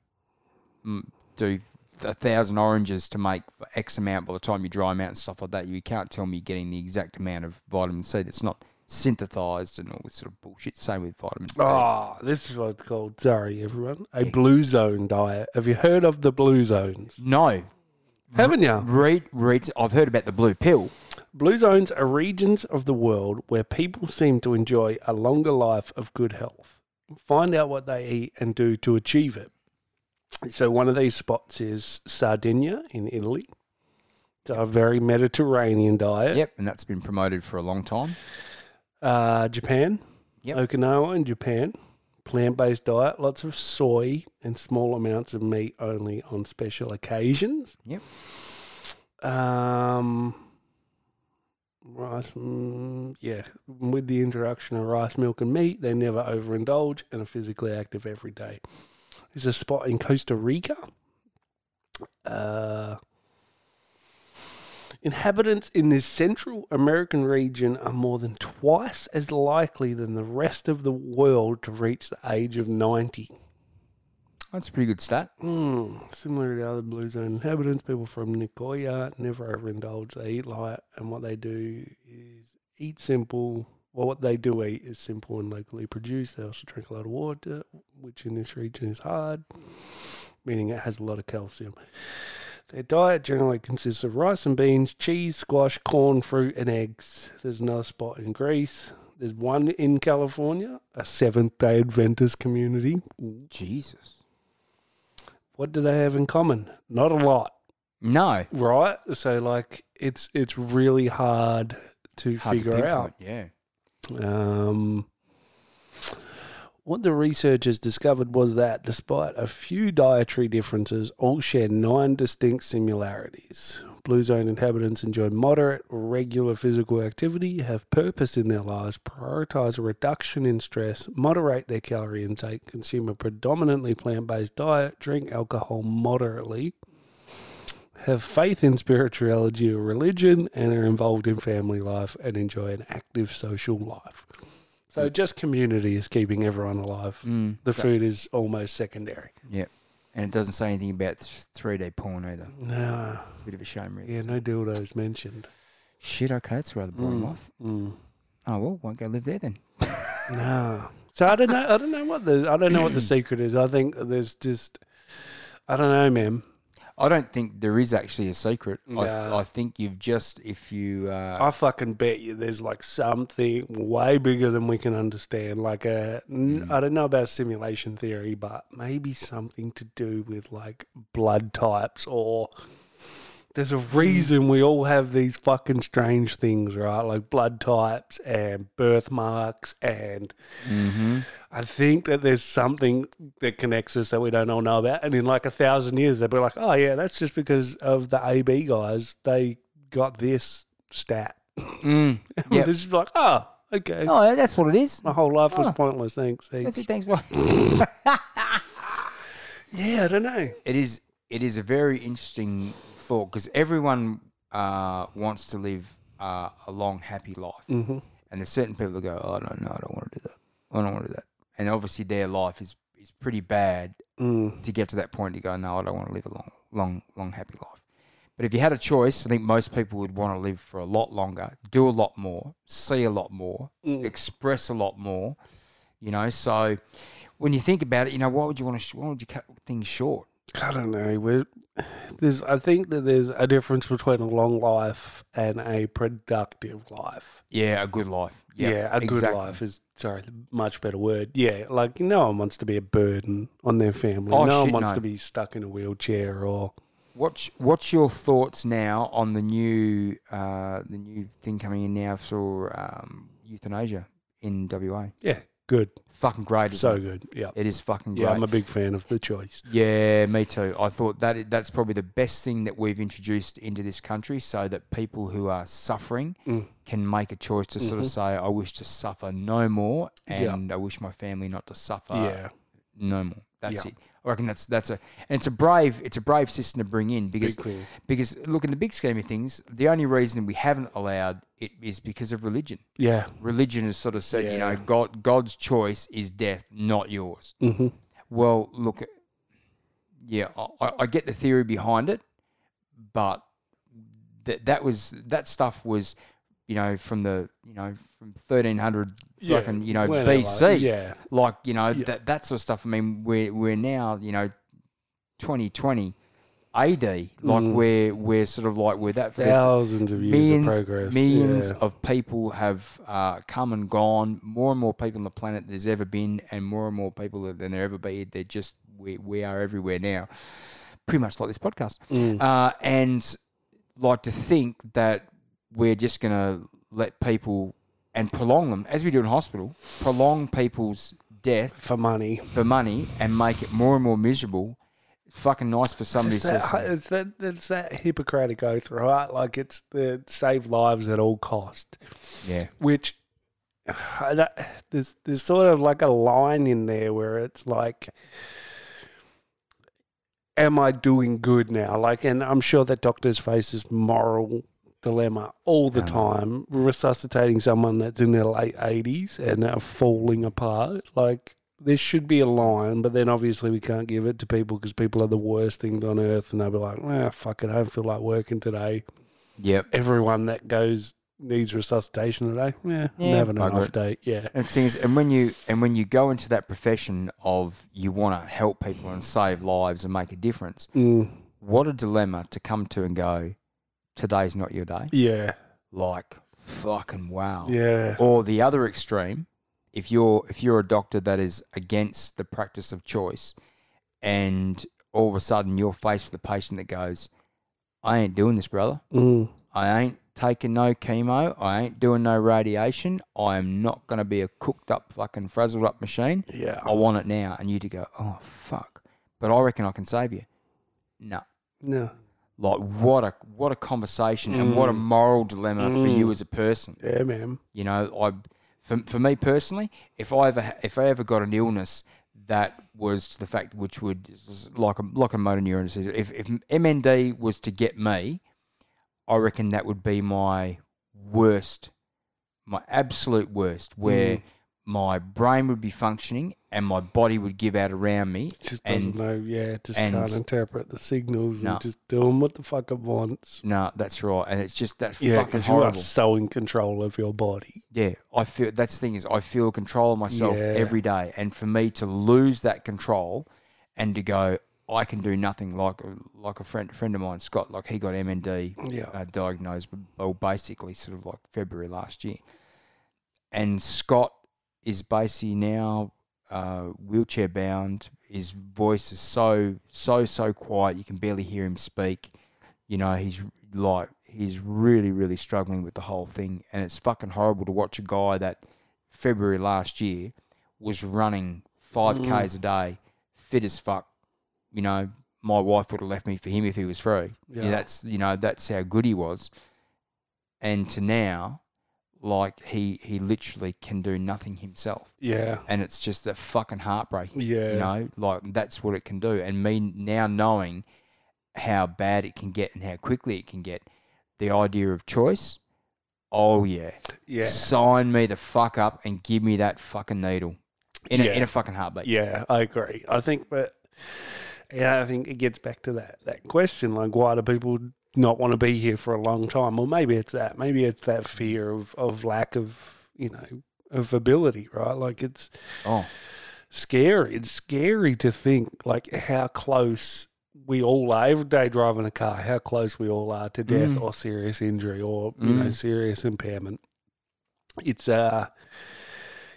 m- do a thousand oranges to make X amount by the time you dry them out and stuff like that. You can't tell me you're getting the exact amount of vitamin C that's not synthesized and all this sort of bullshit. Same with vitamin D. oh, this is what it's called. Sorry, everyone. A blue zone diet. Have you heard of the blue zones? No, Haven't you? read, read. I've heard about the blue pill. Blue zones are regions of the world where people seem to enjoy a longer life of good health. Find out what they eat and do to achieve it. So, one of these spots is Sardinia in Italy. It's a very Mediterranean diet. Yep, and that's been promoted for a long time. Uh, Japan, Yep. Okinawa in Japan. Plant based diet, lots of soy and small amounts of meat only on special occasions. Yep. Um, rice, mm, yeah. With the introduction of rice, milk, and meat, they never overindulge and are physically active every day. There's a spot in Costa Rica. Uh, inhabitants in this Central American region are more than twice as likely than the rest of the world to reach the age of 90. That's a pretty good stat. Mm, similar to other blue zone inhabitants, people from Nicoya never overindulge. They eat light, and what they do is eat simple. Well, what they do eat is simple and locally produced. They also drink a lot of water, which in this region is hard, meaning it has a lot of calcium. Their diet generally consists of rice and beans, cheese, squash, corn, fruit, and eggs. There's another spot in Greece. There's one in California, a Seventh day Adventist community. Jesus. What do they have in common? Not a lot. No. right? So like it's it's really hard to Hard to figure out. pinpoint, Yeah. Um, what the researchers discovered was that despite a few dietary differences, all share nine distinct similarities. Blue zone inhabitants enjoy moderate, regular physical activity, have purpose in their lives, prioritize a reduction in stress, moderate their calorie intake, consume a predominantly plant based diet, drink alcohol moderately, have faith in spirituality or religion and are involved in family life and enjoy an active social life. So just community is keeping everyone alive. Mm, The food is almost secondary. Yep. And it doesn't say anything about th- 3D porn either. Nah. It's a bit of a shame, really. Yeah, no dildos mentioned. Shit, okay, it's a rather boring life. Mm. Oh, well, won't go live there then. Nah. So I don't know I don't know what the I don't know what the secret is. I think there's just I don't know, man. I don't think there is actually a secret. No. I, I think you've just if you uh, I fucking bet you there's like something way bigger than we can understand. Like a, n- I don't know about simulation theory, but maybe something to do with like blood types or there's a reason we all have these fucking strange things, right? Like blood types and birthmarks and mhm. I think that there's something that connects us that we don't all know about. And in like a thousand years, they'll be like, oh, yeah, that's just because of the AB guys. They got this stat. Mm. They're Yep. just like, oh, okay. Oh, that's what it is. My whole life was Oh. pointless. Thanks. That's it. Thanks, Heaps. bye. Yeah, I don't know. it is it is a very interesting thought because everyone uh, wants to live uh, a long, happy life, Mm-hmm. and there's certain people that go, "Oh no, no, I don't want to do that. I don't want to do that." And obviously, their life is is pretty bad Mm. to get to that point to go, "No, I don't want to live a long, long, long, happy life." But if you had a choice, I think most people would want to live for a lot longer, do a lot more, see a lot more, Mm. express a lot more. You know, so when you think about it, you know, why would you want to? Why would you cut things short? I don't know. We're, there's, I think that there's a difference between a long life and a productive life. Yeah, a good life. Yeah, a good life is sorry, the much better word. Yeah, like no one wants to be a burden on their family. Oh, no one shit, wants no. to be stuck in a wheelchair or What's What's your thoughts now on the new uh, the new thing coming in now for um, euthanasia in WA? yeah, good, Fucking great. isn't so it? good. Yeah, Mm-hmm. it is fucking great. yeah, I'm a big fan of the choice. Yeah, me too. I thought that i- that's probably the best thing that we've introduced into this country, so that people who are suffering Mm. Mm-hmm. can make a choice to sort of say, "I wish to suffer no more," Yeah. and "I wish my family not to suffer yeah, no more." That's Yeah. it. I reckon that's that's a and it's a brave it's a brave system to bring in because big thing. because look in the big scheme of things, the only reason we haven't allowed it is because of religion. Yeah, Religion has sort of said, you know, Yeah. God God's choice is death, not yours. mm-hmm. Well, look, yeah, I- I, I get the theory behind it, but that that was that stuff was, you know, from the you know from thirteen hundred, Yeah, fucking you know when they were- BC, yeah, like you know Yeah. that that sort of stuff. I mean, we're we're now you know, twenty twenty, AD, like Mm. we're we're sort of like we're that there's thousands of years millions, of progress. millions yeah. of people have uh, come and gone. More and more people on the planet there's ever been, and more and more people than there ever be. They're just we we are everywhere now, pretty much like this podcast. Mm. Uh, and like to think that we're just gonna let people and prolong them as we do in hospital, prolong people's death for money. for money and make it more and more miserable. Fucking nice for somebody It's to say. that, something. it's that it's that Hippocratic oath, right? Like it's the save lives at all cost. Yeah. which I don't- there's there's sort of like a line in there where it's like am I doing good now like and I'm sure that doctors face this moral dilemma all the Yeah. time resuscitating someone that's in their late 80s and are falling apart like there should be a line, but then obviously we can't give it to people because people are the worst things on earth, and they'll be like, "Well, fuck it, I don't feel like working today." Yep. everyone that goes needs resuscitation today. Yeah, I'm Yeah. having an Bugger off it. day. Yeah. And things, and when you and when you go into that profession of you want to help people and save lives and make a difference, Mm, what a dilemma to come to and go, today's not your day. yeah. Like fucking wow. Yeah. Or the other extreme, if you're if you're a doctor that is against the practice of choice, and all of a sudden you're faced with a patient that goes, I ain't doing this, brother. Mm, I ain't taking no chemo. I ain't doing no radiation. I am not going to be a cooked up, fucking frazzled up machine. yeah. I want it now. And you to go, oh, fuck. But I reckon I can save you. No. No. Like, what a what a conversation and what a moral dilemma for you Mm. as a person. Yeah, man. You know, I for, for me personally, if I ever ha- if I ever got an illness that was to the fact which would like a like a motor neuron disease, if if MND was to get me, I reckon that would be my worst, my absolute worst, Mm. where my brain would be functioning and my body would give out around me. Just and doesn't know. Yeah. Just and- can't interpret the signals No. and just doing what the fuck it wants. no, that's right, and it's just that's Yeah, fucking because you are horrible. so in control of your body. Yeah, I feel that's the thing is I feel control of myself Yeah. every day, and for me to lose that control and to go, I can do nothing like a- like a friend friend of mine, Scott. Like he got MND Yeah. uh, diagnosed, b- well, basically sort of like February last year, and Scott is basically now uh, wheelchair bound. His voice is so so so quiet you can barely hear him speak. You know he's r- like he's really really struggling with the whole thing, and it's fucking horrible to watch a guy that February last year was running five k's a day, fit as fuck. You know, my wife would have left me for him if he was free. Yeah. Yeah. that's you know that's how good he was. And to now, like he he literally can do nothing himself, Yeah. and it's just that fucking heartbreaking. Yeah. You know, like that's what it can do. And me now knowing how bad it can get and how quickly it can get, the idea of choice. Oh yeah, Yeah. sign me the fuck up and give me that fucking needle in, Yeah. a, in a fucking heartbeat. Yeah, I agree. I think, but yeah, I think it gets back to that that question: like, why do people not want to be here for a long time? Well, maybe it's that. Maybe it's that fear of of lack of you know of ability, right? Like it's Oh, scary. It's scary to think like how close we all are every day driving a car, how close we all are to death Mm. or serious injury or you know Mm. serious impairment. It's uh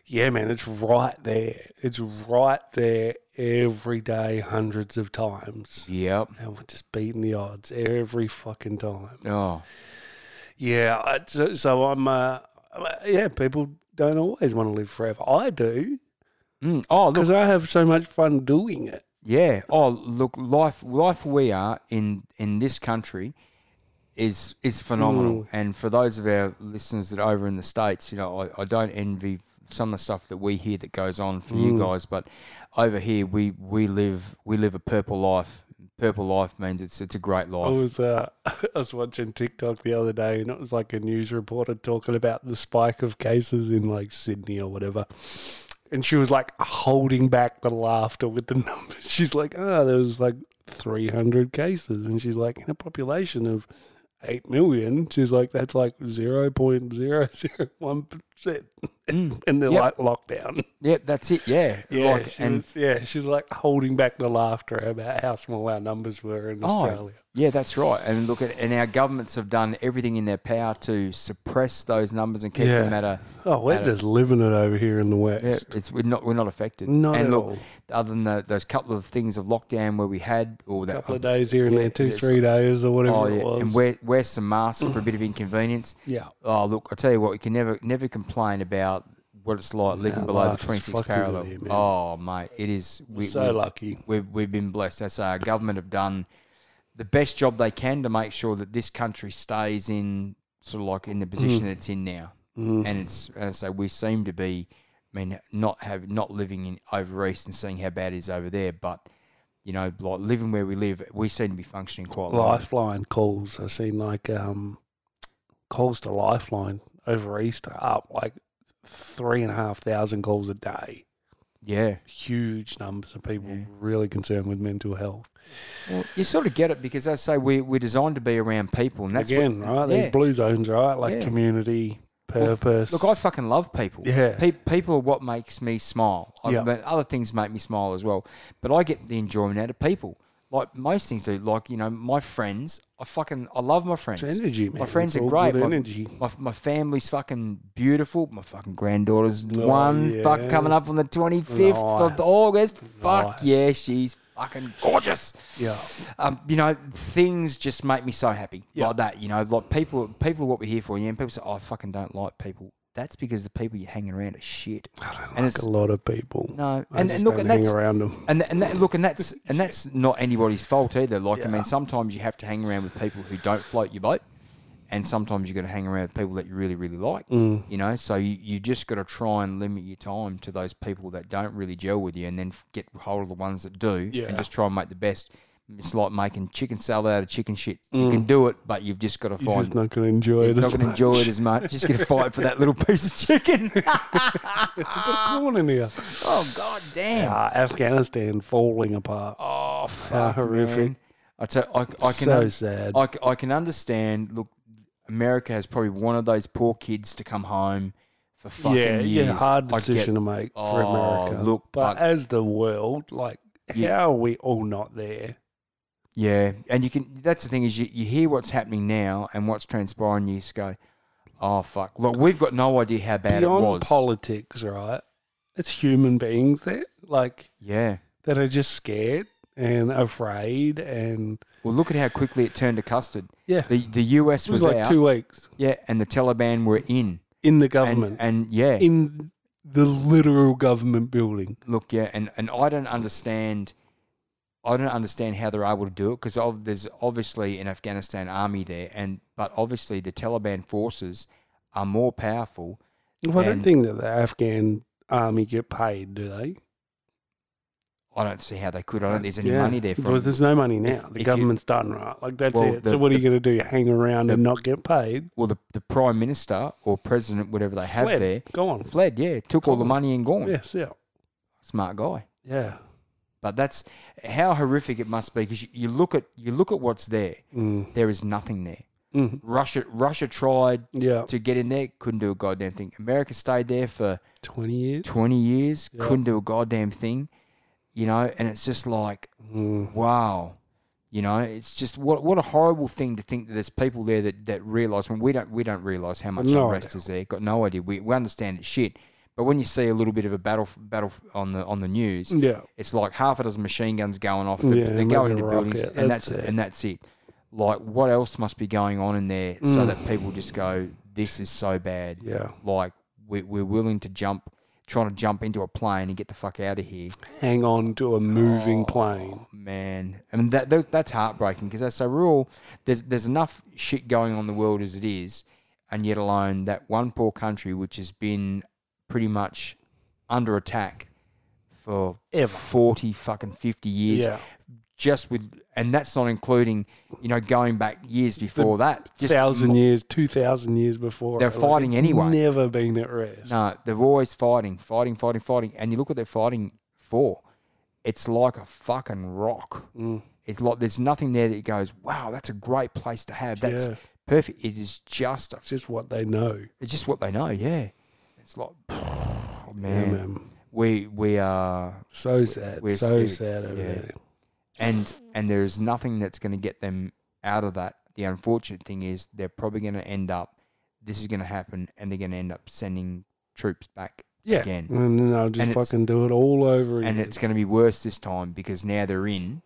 yeah, man, it's right there. It's right there every day, hundreds of times. yep. And we're just beating the odds every fucking time. Oh, Yeah, I- so, so I'm, uh, yeah, people don't always want to live forever. I do Mm. oh, look, because I have so much fun doing it. Yeah. Oh, look, life life we are in in this country is is Mm. phenomenal. And for those of our listeners that are over in the states, you know, I, I don't envy some of the stuff that we hear that goes on for Mm. you guys, but over here we we live we live a purple life. Purple life means it's it's a great I life. was uh, I was watching TikTok the other day, and it was like a news reporter talking about the spike of cases in like Sydney or whatever. And she was like holding back the laughter with the numbers. She's like, "Ah, there was like 300 cases," and she's like, "In a population of eight million, she's like, that's like 0.001 percent." Mm. And they're Yep. like lockdown. Yep, that's it. Yeah. Yeah, Like, she and was, yeah, she's like holding back the laughter about how small our numbers were in Oh, Australia. Yeah, that's right. And look at and our governments have done everything in their power to suppress those numbers and keep Yeah. them at a Oh, we're Adam. just living it over here in the West. uh, Yeah, it's we're not we're not affected. Not and at look, all. other than the, those couple of things of lockdown where we had or that A couple of days here and yeah, there, two, it's- three days or whatever oh, it yeah, was. and wear wear some masks for a bit of inconvenience. yeah. Oh look, I tell you what, you can never never complain about what it's like living Nah, below the life is twenty six fucking parallel. brilliant, man. oh mate, it is we, so we, lucky. We've we've been blessed. That's our government have done the best job they can to make sure that this country stays in sort of like in the Mm. position that it's in now. Mm-hmm. And it's as I say, we seem to be. I mean, not have not living in over east and seeing how bad it is over there, but you know, like living where we live, we seem to be functioning quite well. Lifeline calls. I've seen like um, calls to Lifeline over Easter up like three and a half thousand calls a day. Yeah. Huge numbers of people really concerned with mental health. Well, you sort of get it because as I say we we're designed to be around people, and that's what- Again, right? yeah. These blue zones, right? Like Yeah. community, Well, f- purpose. Look, I fucking love people. Yeah. Pe- people are what makes me smile. I, Yeah. but other things make me smile as well. But I get the enjoyment out of people. Like most things do. Like, you know, my friends, I fucking, I love my friends. it's energy, man. My friends It's are all great. Good My, energy. my, my family's fucking beautiful. My fucking granddaughter's Oh, one fuck yeah. coming up on the 25th Nice. of August. Fuck Nice. yeah, she's fucking gorgeous. Yeah. Um, you know, things just make me so happy Yeah. like that. You know, like people, people are what we're here for. Yeah, and people say, oh, I fucking don't like people. That's because the people you're hanging around are shit. I don't and like it's- a lot of people. No, I and, just and look, don't and hang that's around them. and and that, look, and that's and that's not anybody's fault either. Like, I Yeah. mean, sometimes you have to hang around with people who don't float your boat, and sometimes you got to hang around with people that you really, really like. Mm. You know, so you, you just got to try and limit your time to those people that don't really gel with you, and then f- get hold of the ones that do, Yeah. and just try and make the best. It's like making chicken salad out of chicken shit. You can do it, but you've just got to You're Mm. just find. not going to enjoy You're it. not as going to much. enjoy it as much. Just going to fight for that little piece of chicken. It's a bit Ah. cold in here. oh god damn! Ah, Afghanistan falling apart. Oh, fuck, horrific. man. I tell, I, I can, so un- sad. I, c- I can understand. Look, America has probably wanted those poor kids to come home for fucking yeah, years. yeah, hard I get- decision to make for Oh, America. look, but but- as the world, like Yeah. How are we all not there? Yeah, and you can. That's the thing is you, you hear what's happening now and what's transpiring. You just go, oh fuck! Look, we've got no idea how bad Beyond it was. politics, right? It's human beings that like yeah. that are just scared and afraid and Well, look at how quickly it turned to custard. yeah. The the US it was, was like out. two weeks yeah, and the Taliban were in. in the And, government, and yeah, in the literal government building. look, yeah, and, and I don't understand. I don't understand how they're able to do it because there's obviously an Afghanistan army there, and but obviously the Taliban forces are more powerful. Well, I don't And- think that the Afghan army get paid, do they? I don't see how they could. I don't think there's any Yeah. money there for Well, them. there's no money now. the if you- government's done right. Like that's Well, it. the- so what are you going to do? Hang around the- and not get paid? well, the, the prime minister or president, whatever they have Fled. there, Go on. fled. Yeah, took all the Gone. money and gone. Yes. Yeah. Smart guy. Yeah. But that's how horrific it must be because you, you look at you look at what's there. Mm. There is nothing there. Mm. Russia Russia tried Yeah. Oh. to get in there, couldn't do a goddamn thing. America stayed there for Twenty years. 20 years, Yeah. couldn't do a goddamn thing, you know, and it's just like, Mm. wow. You know, it's just what what a horrible thing to think that there's people there that, that realise when we don't we don't realise how much no unrest is there. Got no idea. We, we understand it's shit, but when you see a little bit of a battle battle on the on the news, Yeah. it's like half a dozen machine guns going off. They're, Yeah, they're and going maybe into a buildings, rocket, and that's that's it. it. and that's it. Like, what else must be going on in there so Mm. that people just go, "This is so bad." Yeah. Like, we, we're willing to jump, trying to jump into a plane and get the fuck out of here. Hang on to a Oh. moving plane. Man, I mean that, that that's heartbreaking because as a rule, there's there's enough shit going on in the world as it is, and yet alone that one poor country which has been pretty much under attack for Ever. forty fucking fifty years, Yeah. just with and that's not including you know going back years before that, just thousand mo- years, two thousand years before. They're it, fighting it's anyway. Never been at rest. No, they're always fighting, fighting, fighting, fighting, and you look what they're fighting for. It's like a fucking rock. Mm. It's like there's nothing there that goes, wow, that's a great place to have. That's Yeah. perfect. It is just a, It's just what they know. it's just what they know. Yeah, it's like, oh, Yeah, man, man. we we are, Mm, So sad. we're so scared. sad over Yeah. there. and and there is nothing that's going to get them out of that. The unfortunate thing is they're probably going to end up. This is going to happen, and they're going to end up sending troops back Yeah. again. And then I'll just And it's- fucking do it all over again. and it's going to be worse this time because now they're in.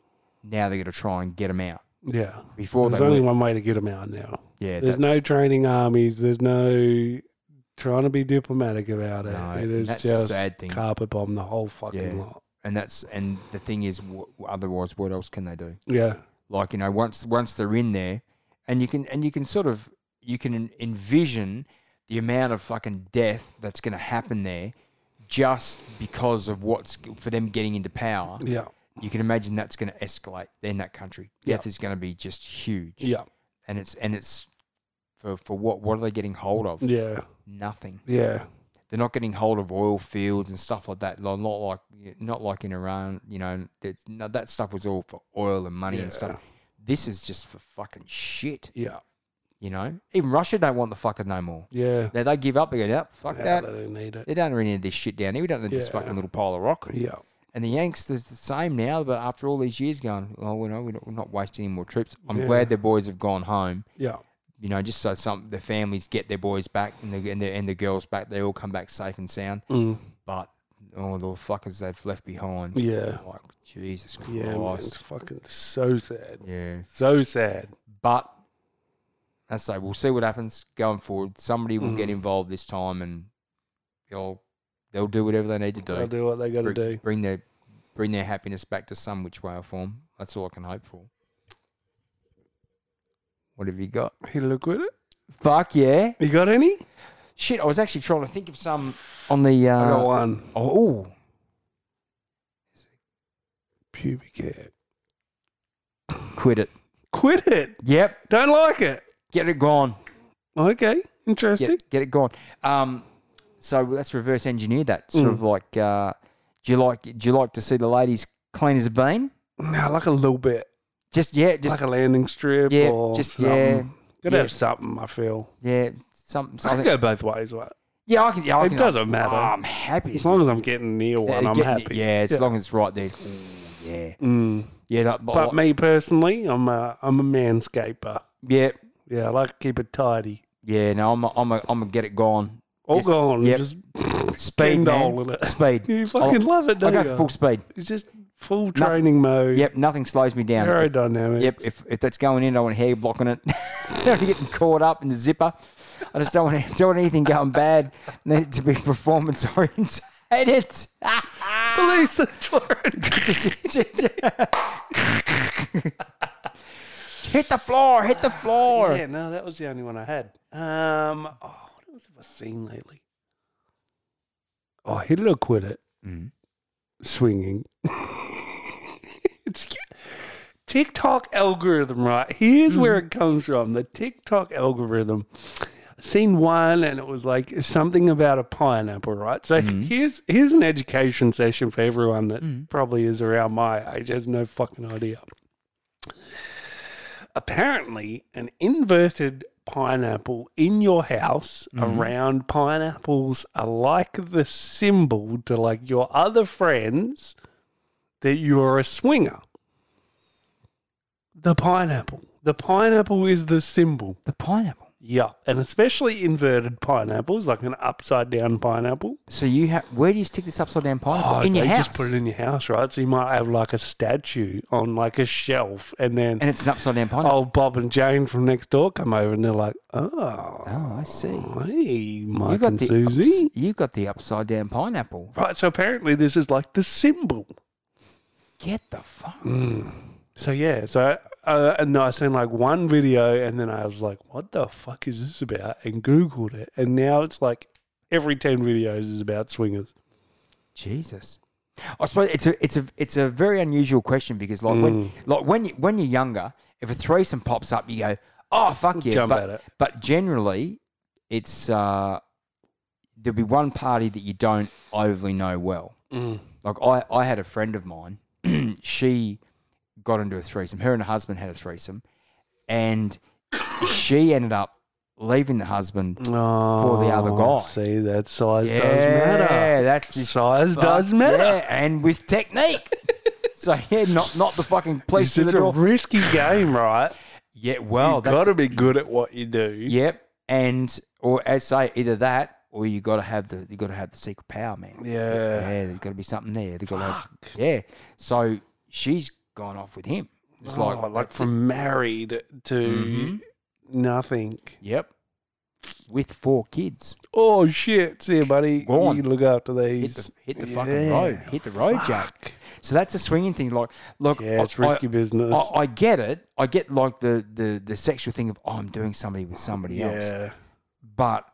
Now they're going to try and get them out yeah. before There's they. only went- one way to get them out now. yeah, There's that's- no training armies. There's no trying to be diplomatic about it. No, It and is that's the just sad thing. carpet bomb the whole fucking Yeah. lot. and that's and the thing is, wh- otherwise, what else can they do? Yeah. Like you know, once once they're in there, and you can and you can sort of you can en- envision the amount of fucking death that's going to happen there, just because of what's g- for them getting into power. Yeah. You can imagine that's going to escalate in that country. Yeah. Death is going to be just huge. Yeah. and it's and it's for for what what are they getting hold of? Yeah. Nothing. Yeah. They're not getting hold of oil fields and stuff like that. Not not like not like in Iran, you know. It's, no, that stuff was all for oil and money and stuff. This is just for fucking shit, Yeah. you know. Even Russia don't want the fucking no more. Yeah. They they give up. They go, yep, fuck Yeah, that. They don't need it. They don't really need this shit down here. We don't need this Yeah. fucking little pile of rock. Yeah. And the Yanks, there's the same now. But after all these years, going, oh, we know we're not, we're not wasting any more troops. I'm Yeah. glad their boys have gone home Yeah. you know, just so some the families get their boys back and the and the, and the girls back, they all come back safe and sound. Mm. But all the fuckers they've left behind, Yeah. like Jesus Yeah. Man, Christ, it's fucking so sad. yeah. So sad. But I say we'll see what happens going forward. Somebody will Mm. get involved this time, and they'll they'll do whatever they need to do. They'll do what they got to Bring, do. bring their bring their happiness back to some which way or form. That's all I can hope for. What have you got? He look with it. Fuck yeah. You got any? Shit, I was actually trying to think of some on the. Uh, I got one. Oh, ooh. Pubic hair. quit it. Quit it. Yep, Don't like it. get it gone. Okay. Interesting. Get, get it gone. Um, so let's reverse engineer that. Sort Mm. of like, uh, do you like do you like to see the ladies clean as a bean? No, like a little bit. Just yeah, just like a landing strip Yeah, or just- something. yeah, Gotta yeah. have something, I feel. yeah, something. I can something. go both ways, right? Yeah, I can. Yeah, I It can, doesn't matter. I'm happy. As long as I'm getting near one, Uh, I'm getting- happy. Yeah, as Yeah. long as it's right there. Ooh, Yeah. Mm. Yeah. oh, That, but, But me personally, I'm a I'm a manscaper. yeah. Yeah, I like to keep it tidy. Yeah. No, I'm a, I'm a, I'm a get it gone. All Yes, gone. yep. Just Speed, Kendall man. in it. Speed. you I'll- fucking love it, I don't go you? full speed. It's just full training mode. Yep. Nothing slows me down. If- Aerodynamic. Yep, if, if that's going in, I don't want hair blocking it. I don't want to getting caught up in the zipper. I just don't want, don't want anything going bad. Need it to be performance orientated. Police search warrant. hit the floor, hit the floor. Yeah, no, that was the only one I had. Um, oh, what else have I seen lately? Oh, hit it or quit it. Mhm. Swinging. it's TikTok algorithm, right? Here's where it comes from. The TikTok algorithm. Seen one, and it was like something about a pineapple, right? So here's here's an education session for everyone that probably is around my age. Has no fucking idea apparently an inverted pineapple in your house Mm-hmm. around pineapples are like the symbol to like your other friends that you're a swinger the pineapple the pineapple is the symbol The pineapple. yeah and especially inverted pineapples like an upside down pineapple So you have where do you stick this upside down pineapple? Oh, in your they house. just put it in your house, right? So you might have like a statue on like a shelf, and then and it's an upside down pineapple. old Bob and Jane from next door come over and they're like, oh, Oh, I see. hey, Mike you got and the Susie. ups- you got the upside down pineapple. Right, so apparently this is like the symbol. Get the fuck. So yeah, so uh, and I seen like one video and then I was like, what the fuck is this about? And Googled it. And now it's like every 10 videos is about swingers. Jesus. I suppose it's a it's a it's a very unusual question because like Mm. when like when you when you're younger, if a threesome pops up, you go, oh fuck yeah, Jump but, at it. But generally, it's uh, there'll be one party that you don't overly know well. Mm. Like I I had a friend of mine, she got into a threesome. Her and her husband had a threesome, and she ended up leaving the husband. Oh, the other guy. See, that size Yeah, does matter. that's his Size does matter. Yeah, and with technique. so yeah, not not the fucking police It's to the such a door. risky game, right? yeah, well, You've Oh, that's got to be good at what you do. Yep, and or as say either that or you got to have the you got to have the secret power, man. Yeah. yeah, there's got to be something there. They got to have, yeah. So she's gone off with him. It's Oh, like like, Mm-hmm. from married to nothing. yep, with four kids. Oh shit! See you, buddy. Go on. You look after Hit these. the, hit the fucking road. Yeah. Hit the road, Jack. So that's a swinging thing. Like, look, Yeah, it's I- I- risky business. I, I get it. I get like the the the sexual thing of oh, I'm doing somebody with somebody yeah, else. it's But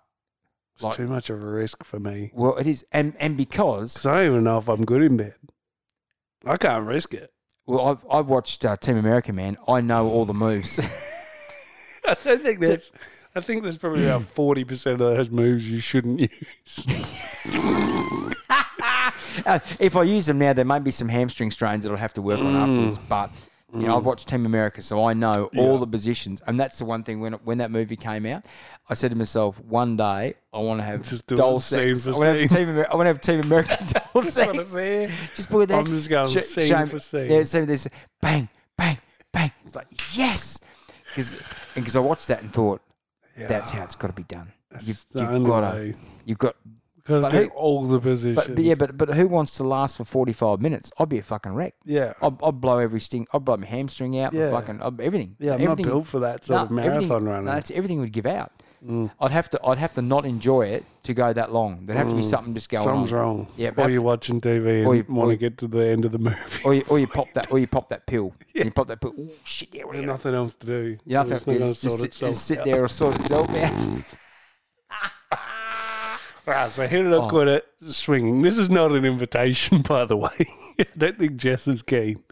like- too much of a risk for me. well, it is, and and because Because I don't even know if I'm good in bed. I can't risk it. well, I've I've watched uh, Team America, man. I know all the moves. I don't think that's. I think there's probably about forty percent of those moves you shouldn't use. Uh, if I use them now, there may be some hamstring strains that I'll have to work on Mm. afterwards. But you know, I've watched Team America, so I know all the positions, and that's the one thing. When when that movie came out, I said to myself, one day I want to have Just do it doll scene sex. for I want to have scene. Team. Amer- I want to have Team American doll That's what sex. I mean. Just put it there. I'm just going scene for scene. Yeah, same this. Bang, bang, bang. It's like yes, because because I watched that and thought that's how it's got to be done. You've, the you've only got to. way. You've got Because But do who- all the positions. but, but yeah, but but who wants to last for forty five minutes? I'd be a fucking wreck. yeah, I'd, I'd blow every sting. I'd blow my hamstring out. Yeah. My fucking I'd, everything. yeah. I'm not everything, built for that sort no, of everything- marathon running. Mm. No, that's everything would give out. I'd have to. I'd have to not enjoy it to go that long. There'd have to be something just going Mm. Something's on. wrong. Yeah, or but- you're watching TV or and you- want or to you- get to the end of the movie. Or you, or you pop that. Or you pop that pill. And you pop that pill. Oh shit! Yeah, what There's nothing else to do. You don't have It's to not you gonna just, just sort sit, itself just sit out. there or sort itself out. Right, so here did Oh. I put it? Swinging. This is not an invitation, by the way. I don't think Jess is keen.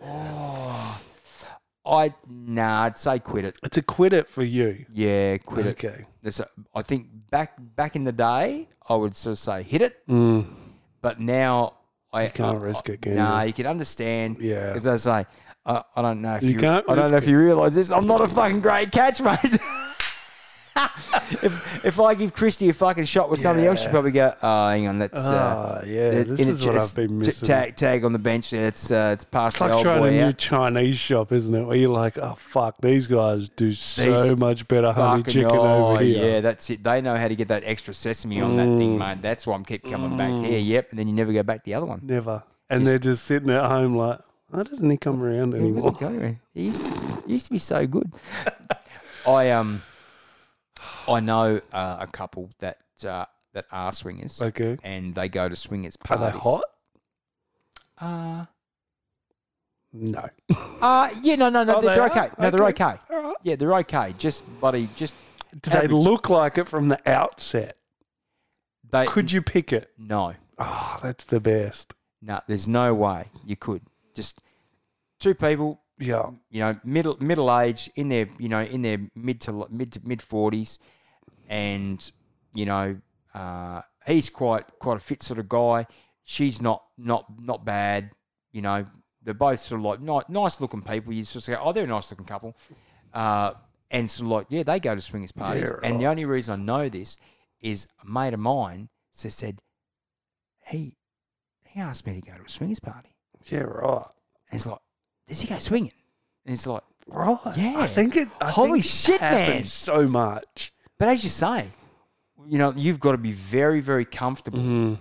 I nah, I'd say quit it. It's a quit it for you. Yeah, quit it. Okay. That's a, I think back back in the day, I would sort of say hit it, but now I Mm. I- can't risk I- it, can Nah, you? you can understand. Yeah. As I say, I, I don't know if You you, can't I don't risk know if it. you realise this. I'm not a fucking great catch, mate. if if I give Christy a fucking shot with somebody else, she'd Yeah. probably go, "Oh, hang on, that's Ah, uh, yeah, that's this in a is what chest- I've been t- missing. Tag tag on the bench there. It's uh, it's past It's the like old trying boy a new out. Chinese shop, isn't it? Where you're like, oh fuck, these guys do so These much better honey Fucking- chicken oh, over here. Yeah, that's it. They know how to get that extra sesame on that thing, Mm. mate. That's why I'm keep coming back here. Yep, and then you never go back to the other one. Never. And Just- they're just sitting at home like, why doesn't he come around It anymore? wasn't going. It used to, it used to be so good. I um, I know uh, a couple that uh, that are swingers, Okay. and they go to swingers Are they parties. Uh, hot? No. uh yeah, no, no, no, Oh, they're, they they're are? okay. No, they're Okay. okay. All right. Yeah, they're okay. Just buddy, just Do Average. they look like it from the outset? they Could you pick it? no, Ah, Oh, that's the best. no. There's no way you could just two people. Yeah. you know, middle middle age in their you know in their mid to l- mid to mid forties, and you know uh, he's quite quite a fit sort of guy. She's not not not bad. You know, they're both sort of like ni- nice looking people. You just go, oh, they're a nice looking couple, uh, and sort of like yeah, they go to swingers parties. Yeah, And the only reason I know this is a mate of mine just said, he he asked me to go to a swingers party, Yeah, right. and it's like, does he go swinging? And it's like. Right. Yeah. I think it I Holy think it shit, happens man. so much. But as you say, you know, you've got to be very, very comfortable,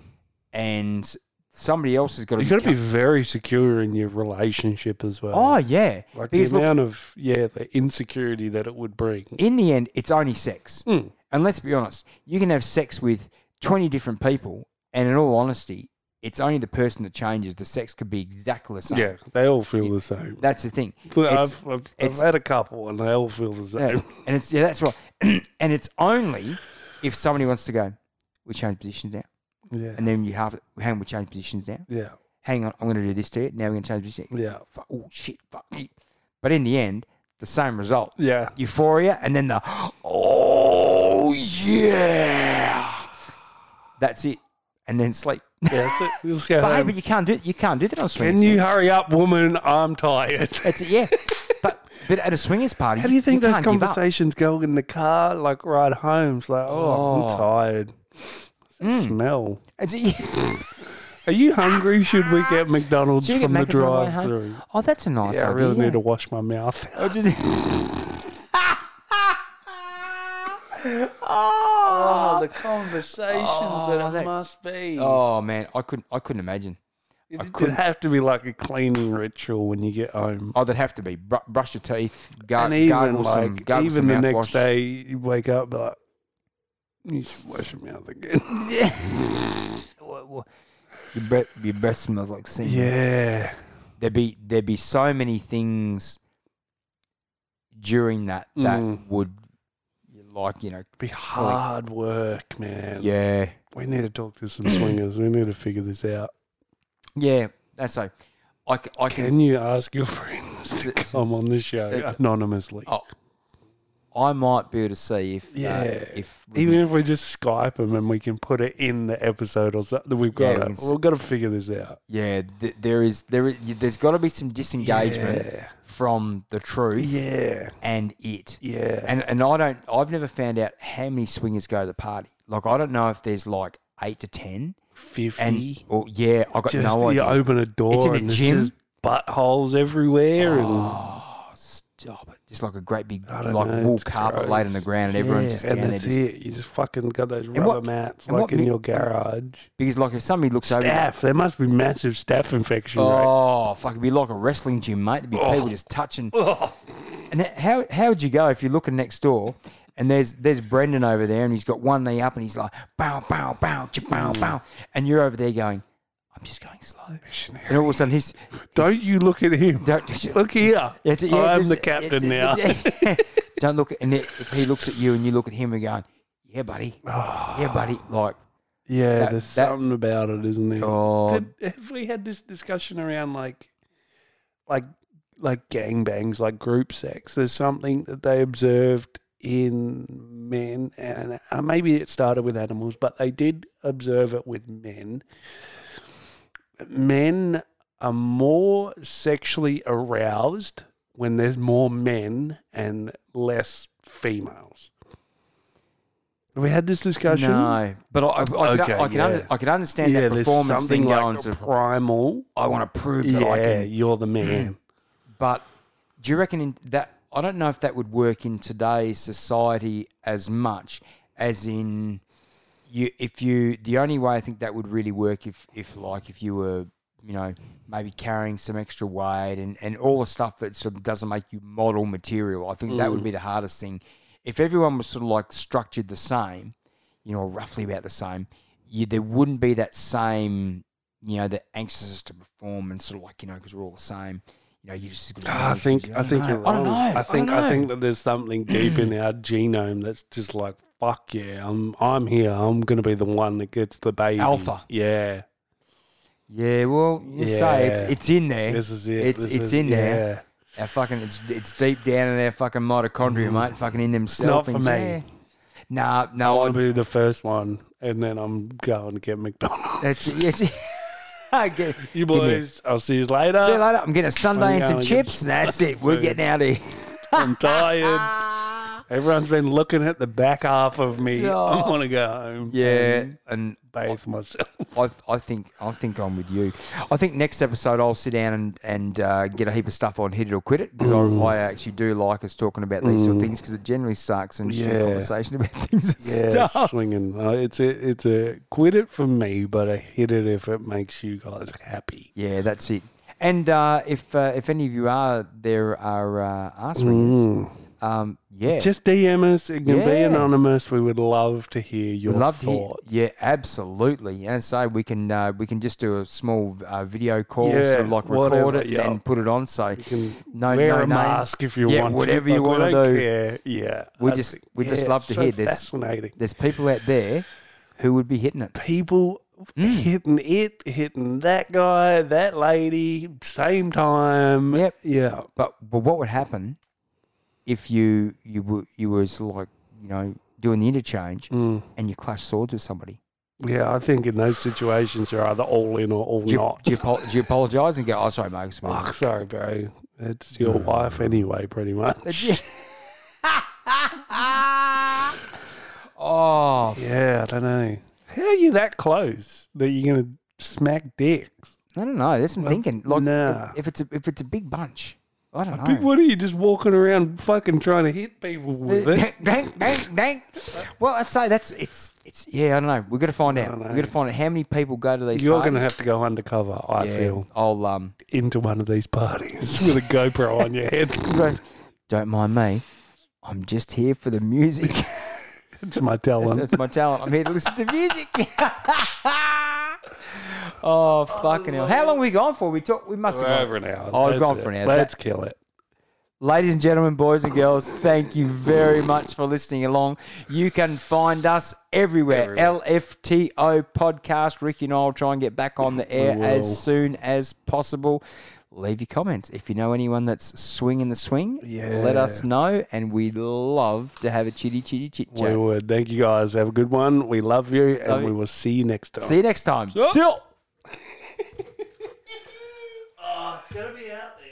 and somebody else has got to. You've got to Mm-hmm. be very secure in your relationship as well. Oh yeah, Like the because look, amount of yeah, the insecurity that it would bring. in the end, it's only sex. Mm. And let's be honest, you can have sex with twenty different people, and in all honesty, it's only the person that changes. The sex could be exactly the same. Yeah, uh, they all feel the same. that's the thing. So It's- I've, I've, I've it's- had a couple and they all feel the Yeah, same. and it's yeah, that's right. and it's only if somebody wants to go, we change positions now, Yeah, and then you have hang on, we change positions now. yeah, Hang on, I'm going to do this to it. Now we're going to change positions. yeah, fuck, oh shit, fuck me. But in the end, the same result. yeah. Euphoria and then the oh yeah. That's it. And then sleep. That's it. Let's go But hey, home. but you can't do you can't do that on swingers. Um, Can you thing. hurry up, woman? I'm tired. That's it, yeah. but but at a swingers party, How do you think those can't give up. conversations go in the car, like ride home? It's like, Oh. oh, Mm. I'm tired. It's that Smell. It's- yeah. Are you hungry? Should we get McDonald's Do you get from the Macca's on the way drive home? through? Oh, that's a nice Yeah, I idea. really yeah. need to wash my mouth. Oh, did- Oh, the conversations Oh, that it that's- must be. oh man, I couldn't I couldn't imagine. I It'd couldn't- have to be like a cleaning ritual when you get home. Oh, that'd have to be Br- brush your teeth, gar- and even Oh, gargle like, some, gargle even some the mouthwash. next day, you wake up like, you should wash your mouth again. Your breath, your breath smells like sin. yeah, There'd be there'd be so many things during that that Mm. would like you know be hard work, man. yeah we need to talk to some swingers. We need to figure this out. yeah that's so I, c- I can, Can you ask your friends to It's- come on the show it's- anonymously? Oh, I might be able to see if yeah Yeah. if we Even can- if we just Skype them and we can put it in the episode or something, we've Yeah, got we it. can s- We've got to figure this out. yeah th- there is there is, there's got to be some disengagement Yeah. from the truth Yeah. and it Yeah. And and I don't I've never found out how many swingers go to the party. Like I don't know if there's like eight to ten. 50. And or yeah, I got just no you idea. open a door It's in a and there's gym? just buttholes everywhere. oh, stop it. Just like a great big I don't like know, wool it's carpet laid on the gross. ground and and everyone's just Yeah, down and there that's just, it. You just fucking got those rubber what- mats and like what in mi- your garage. because like if somebody looks over Staff. There must be massive staff infection rates. Oh fuck it'd be like a wrestling gym, mate. There'd be Oh. people just touching and h- how how would you go if you're looking next door and there's there's Brendan over there and he's got one knee up and he's like bow bow bow cha, bow bow and you're over there going, I'm just going slow. And all of a sudden he's Don't you look at him. don't Look here. It's, yeah, I'm just- the captain it's- now. it's- don't look at, and it, if he looks at you and you look at him and going, yeah, buddy, yeah, buddy, like, Yeah, That- there's that- something about it, isn't there? oh, Did- have we had this discussion around like, like, like gangbangs, like group sex? There's something that they observed in men, and uh, maybe it started with animals, but they did observe it with men. Men are more sexually aroused when there's more men and less females. Have we had this discussion? No, but I, I, I, Okay, can, I, can, yeah. under, I can understand Yeah, that there's performance something thing like going. a so primal. I want to prove that yeah, I can you're the man. But do you reckon in that? I don't know if that would work in today's society as much as in you. If you, the only way I think that would really work if, if like, if you were, you know, maybe carrying some extra weight and and all the stuff that sort of doesn't make you model material. I think that would be the hardest thing. If everyone was sort of like structured the same, you know, roughly about the same, you, there wouldn't be that same, you know, the anxiousness to perform and sort of like, you know, because we're all the same. You know, you just. just Ah, I manage think things. I think don't you're know. I don't wrong. know. I think don't I think know. that there's something deep in our genome that's just like fuck yeah, I'm I'm here. I'm gonna be the one that gets the baby. Alpha. Yeah, Yeah, well, you say it's Yeah. it's in there. this is it. It's this it's is- in there. yeah. Our fucking it's it's deep down in their fucking mitochondria, mate. Fucking in them cell Mm. not for things. me. Yeah. Nah, I no, want I, to be the first one, and then I'm going to get McDonald's. that's yes. Get- you give me a- boys, I'll see you later. See you later. I'm getting a Sunday and some going to get chips. some That's it. We're food. getting out of here. I'm tired. Everyone's been looking at the back half of me. I Yeah. want to go home. Yeah, and Um, and bathe myself. I, I think I think I'm with you. I think next episode I'll sit down and and uh, get a heap of stuff on hit it or quit it because Mm. I, I actually do like us talking about these sort of things because it generally starts an interesting Yeah. conversation about things. Yeah, and stuff. swinging. Uh, it's a it's a quit it for me, but I hit it if it makes you guys happy. Yeah, that's it. And uh, if uh, if any of you are there are uh, ass ringers, Mm. um, yeah, Just DM us. It can be Yeah. anonymous. We would love to hear your We'd love thoughts. to hear. Yeah, absolutely. And so we can uh, we can just do a small uh, video call, sort of Yeah, like record whatever, it yeah. and put it on. So can no, Wear no a names. mask if you yeah, want. whatever to. you Like, want we to don't do. Care. Yeah, We I just- think- we just yeah, love it's to so hear this. Fascinating. There's people out there who would be hitting it. people Mm. hitting it, hitting that guy, that lady, same time. Yep. Yeah. But but what would happen if you you were you was like you know doing the interchange Mm. and you clash swords with somebody? Yeah, I think in those situations you're either all in or all Do you, not. do you, apo- do you apologise and go? Oh, sorry, mate. it's me." Fuck, sorry, bro. It's your wife anyway, pretty much. Yeah. oh, Yeah, I don't know. How are you that close that you're gonna smack dicks? I don't know. That's what I'm thinking. Like, if- nah. if it's a, if it's a big bunch, I don't Big- know. What are you just walking around fucking trying to hit Uh, people with it? Dang, dang, dang, dang. Well, I say that's it's it's yeah. I don't know. We're gonna find out. don't We're know. gonna find out how many people go to these. You're parties. gonna have to go undercover, I Yeah, feel, I'll um. into one of these parties with a GoPro on your head. Don't mind me. I'm just here for the music. It's my talent. that's, that's my talent. I'm here to listen to music. oh fucking hell! How long we gone for? We talked. We must have We're gone over an hour. Oh, That's gone it. for an hour. Let's kill it. Ladies and gentlemen, boys and girls, thank you very much for listening along. You can find us everywhere. LFTO podcast. Ricky and I will try and get back on the air will. as soon as possible. Leave your comments. If you know anyone that's swinging the swing, let us know. And we'd love to have a chitty chitty chit We chat. would. Thank you guys. Have a good one. We love you, and Love we you. will see you next time. See you next time. It's gonna be out there.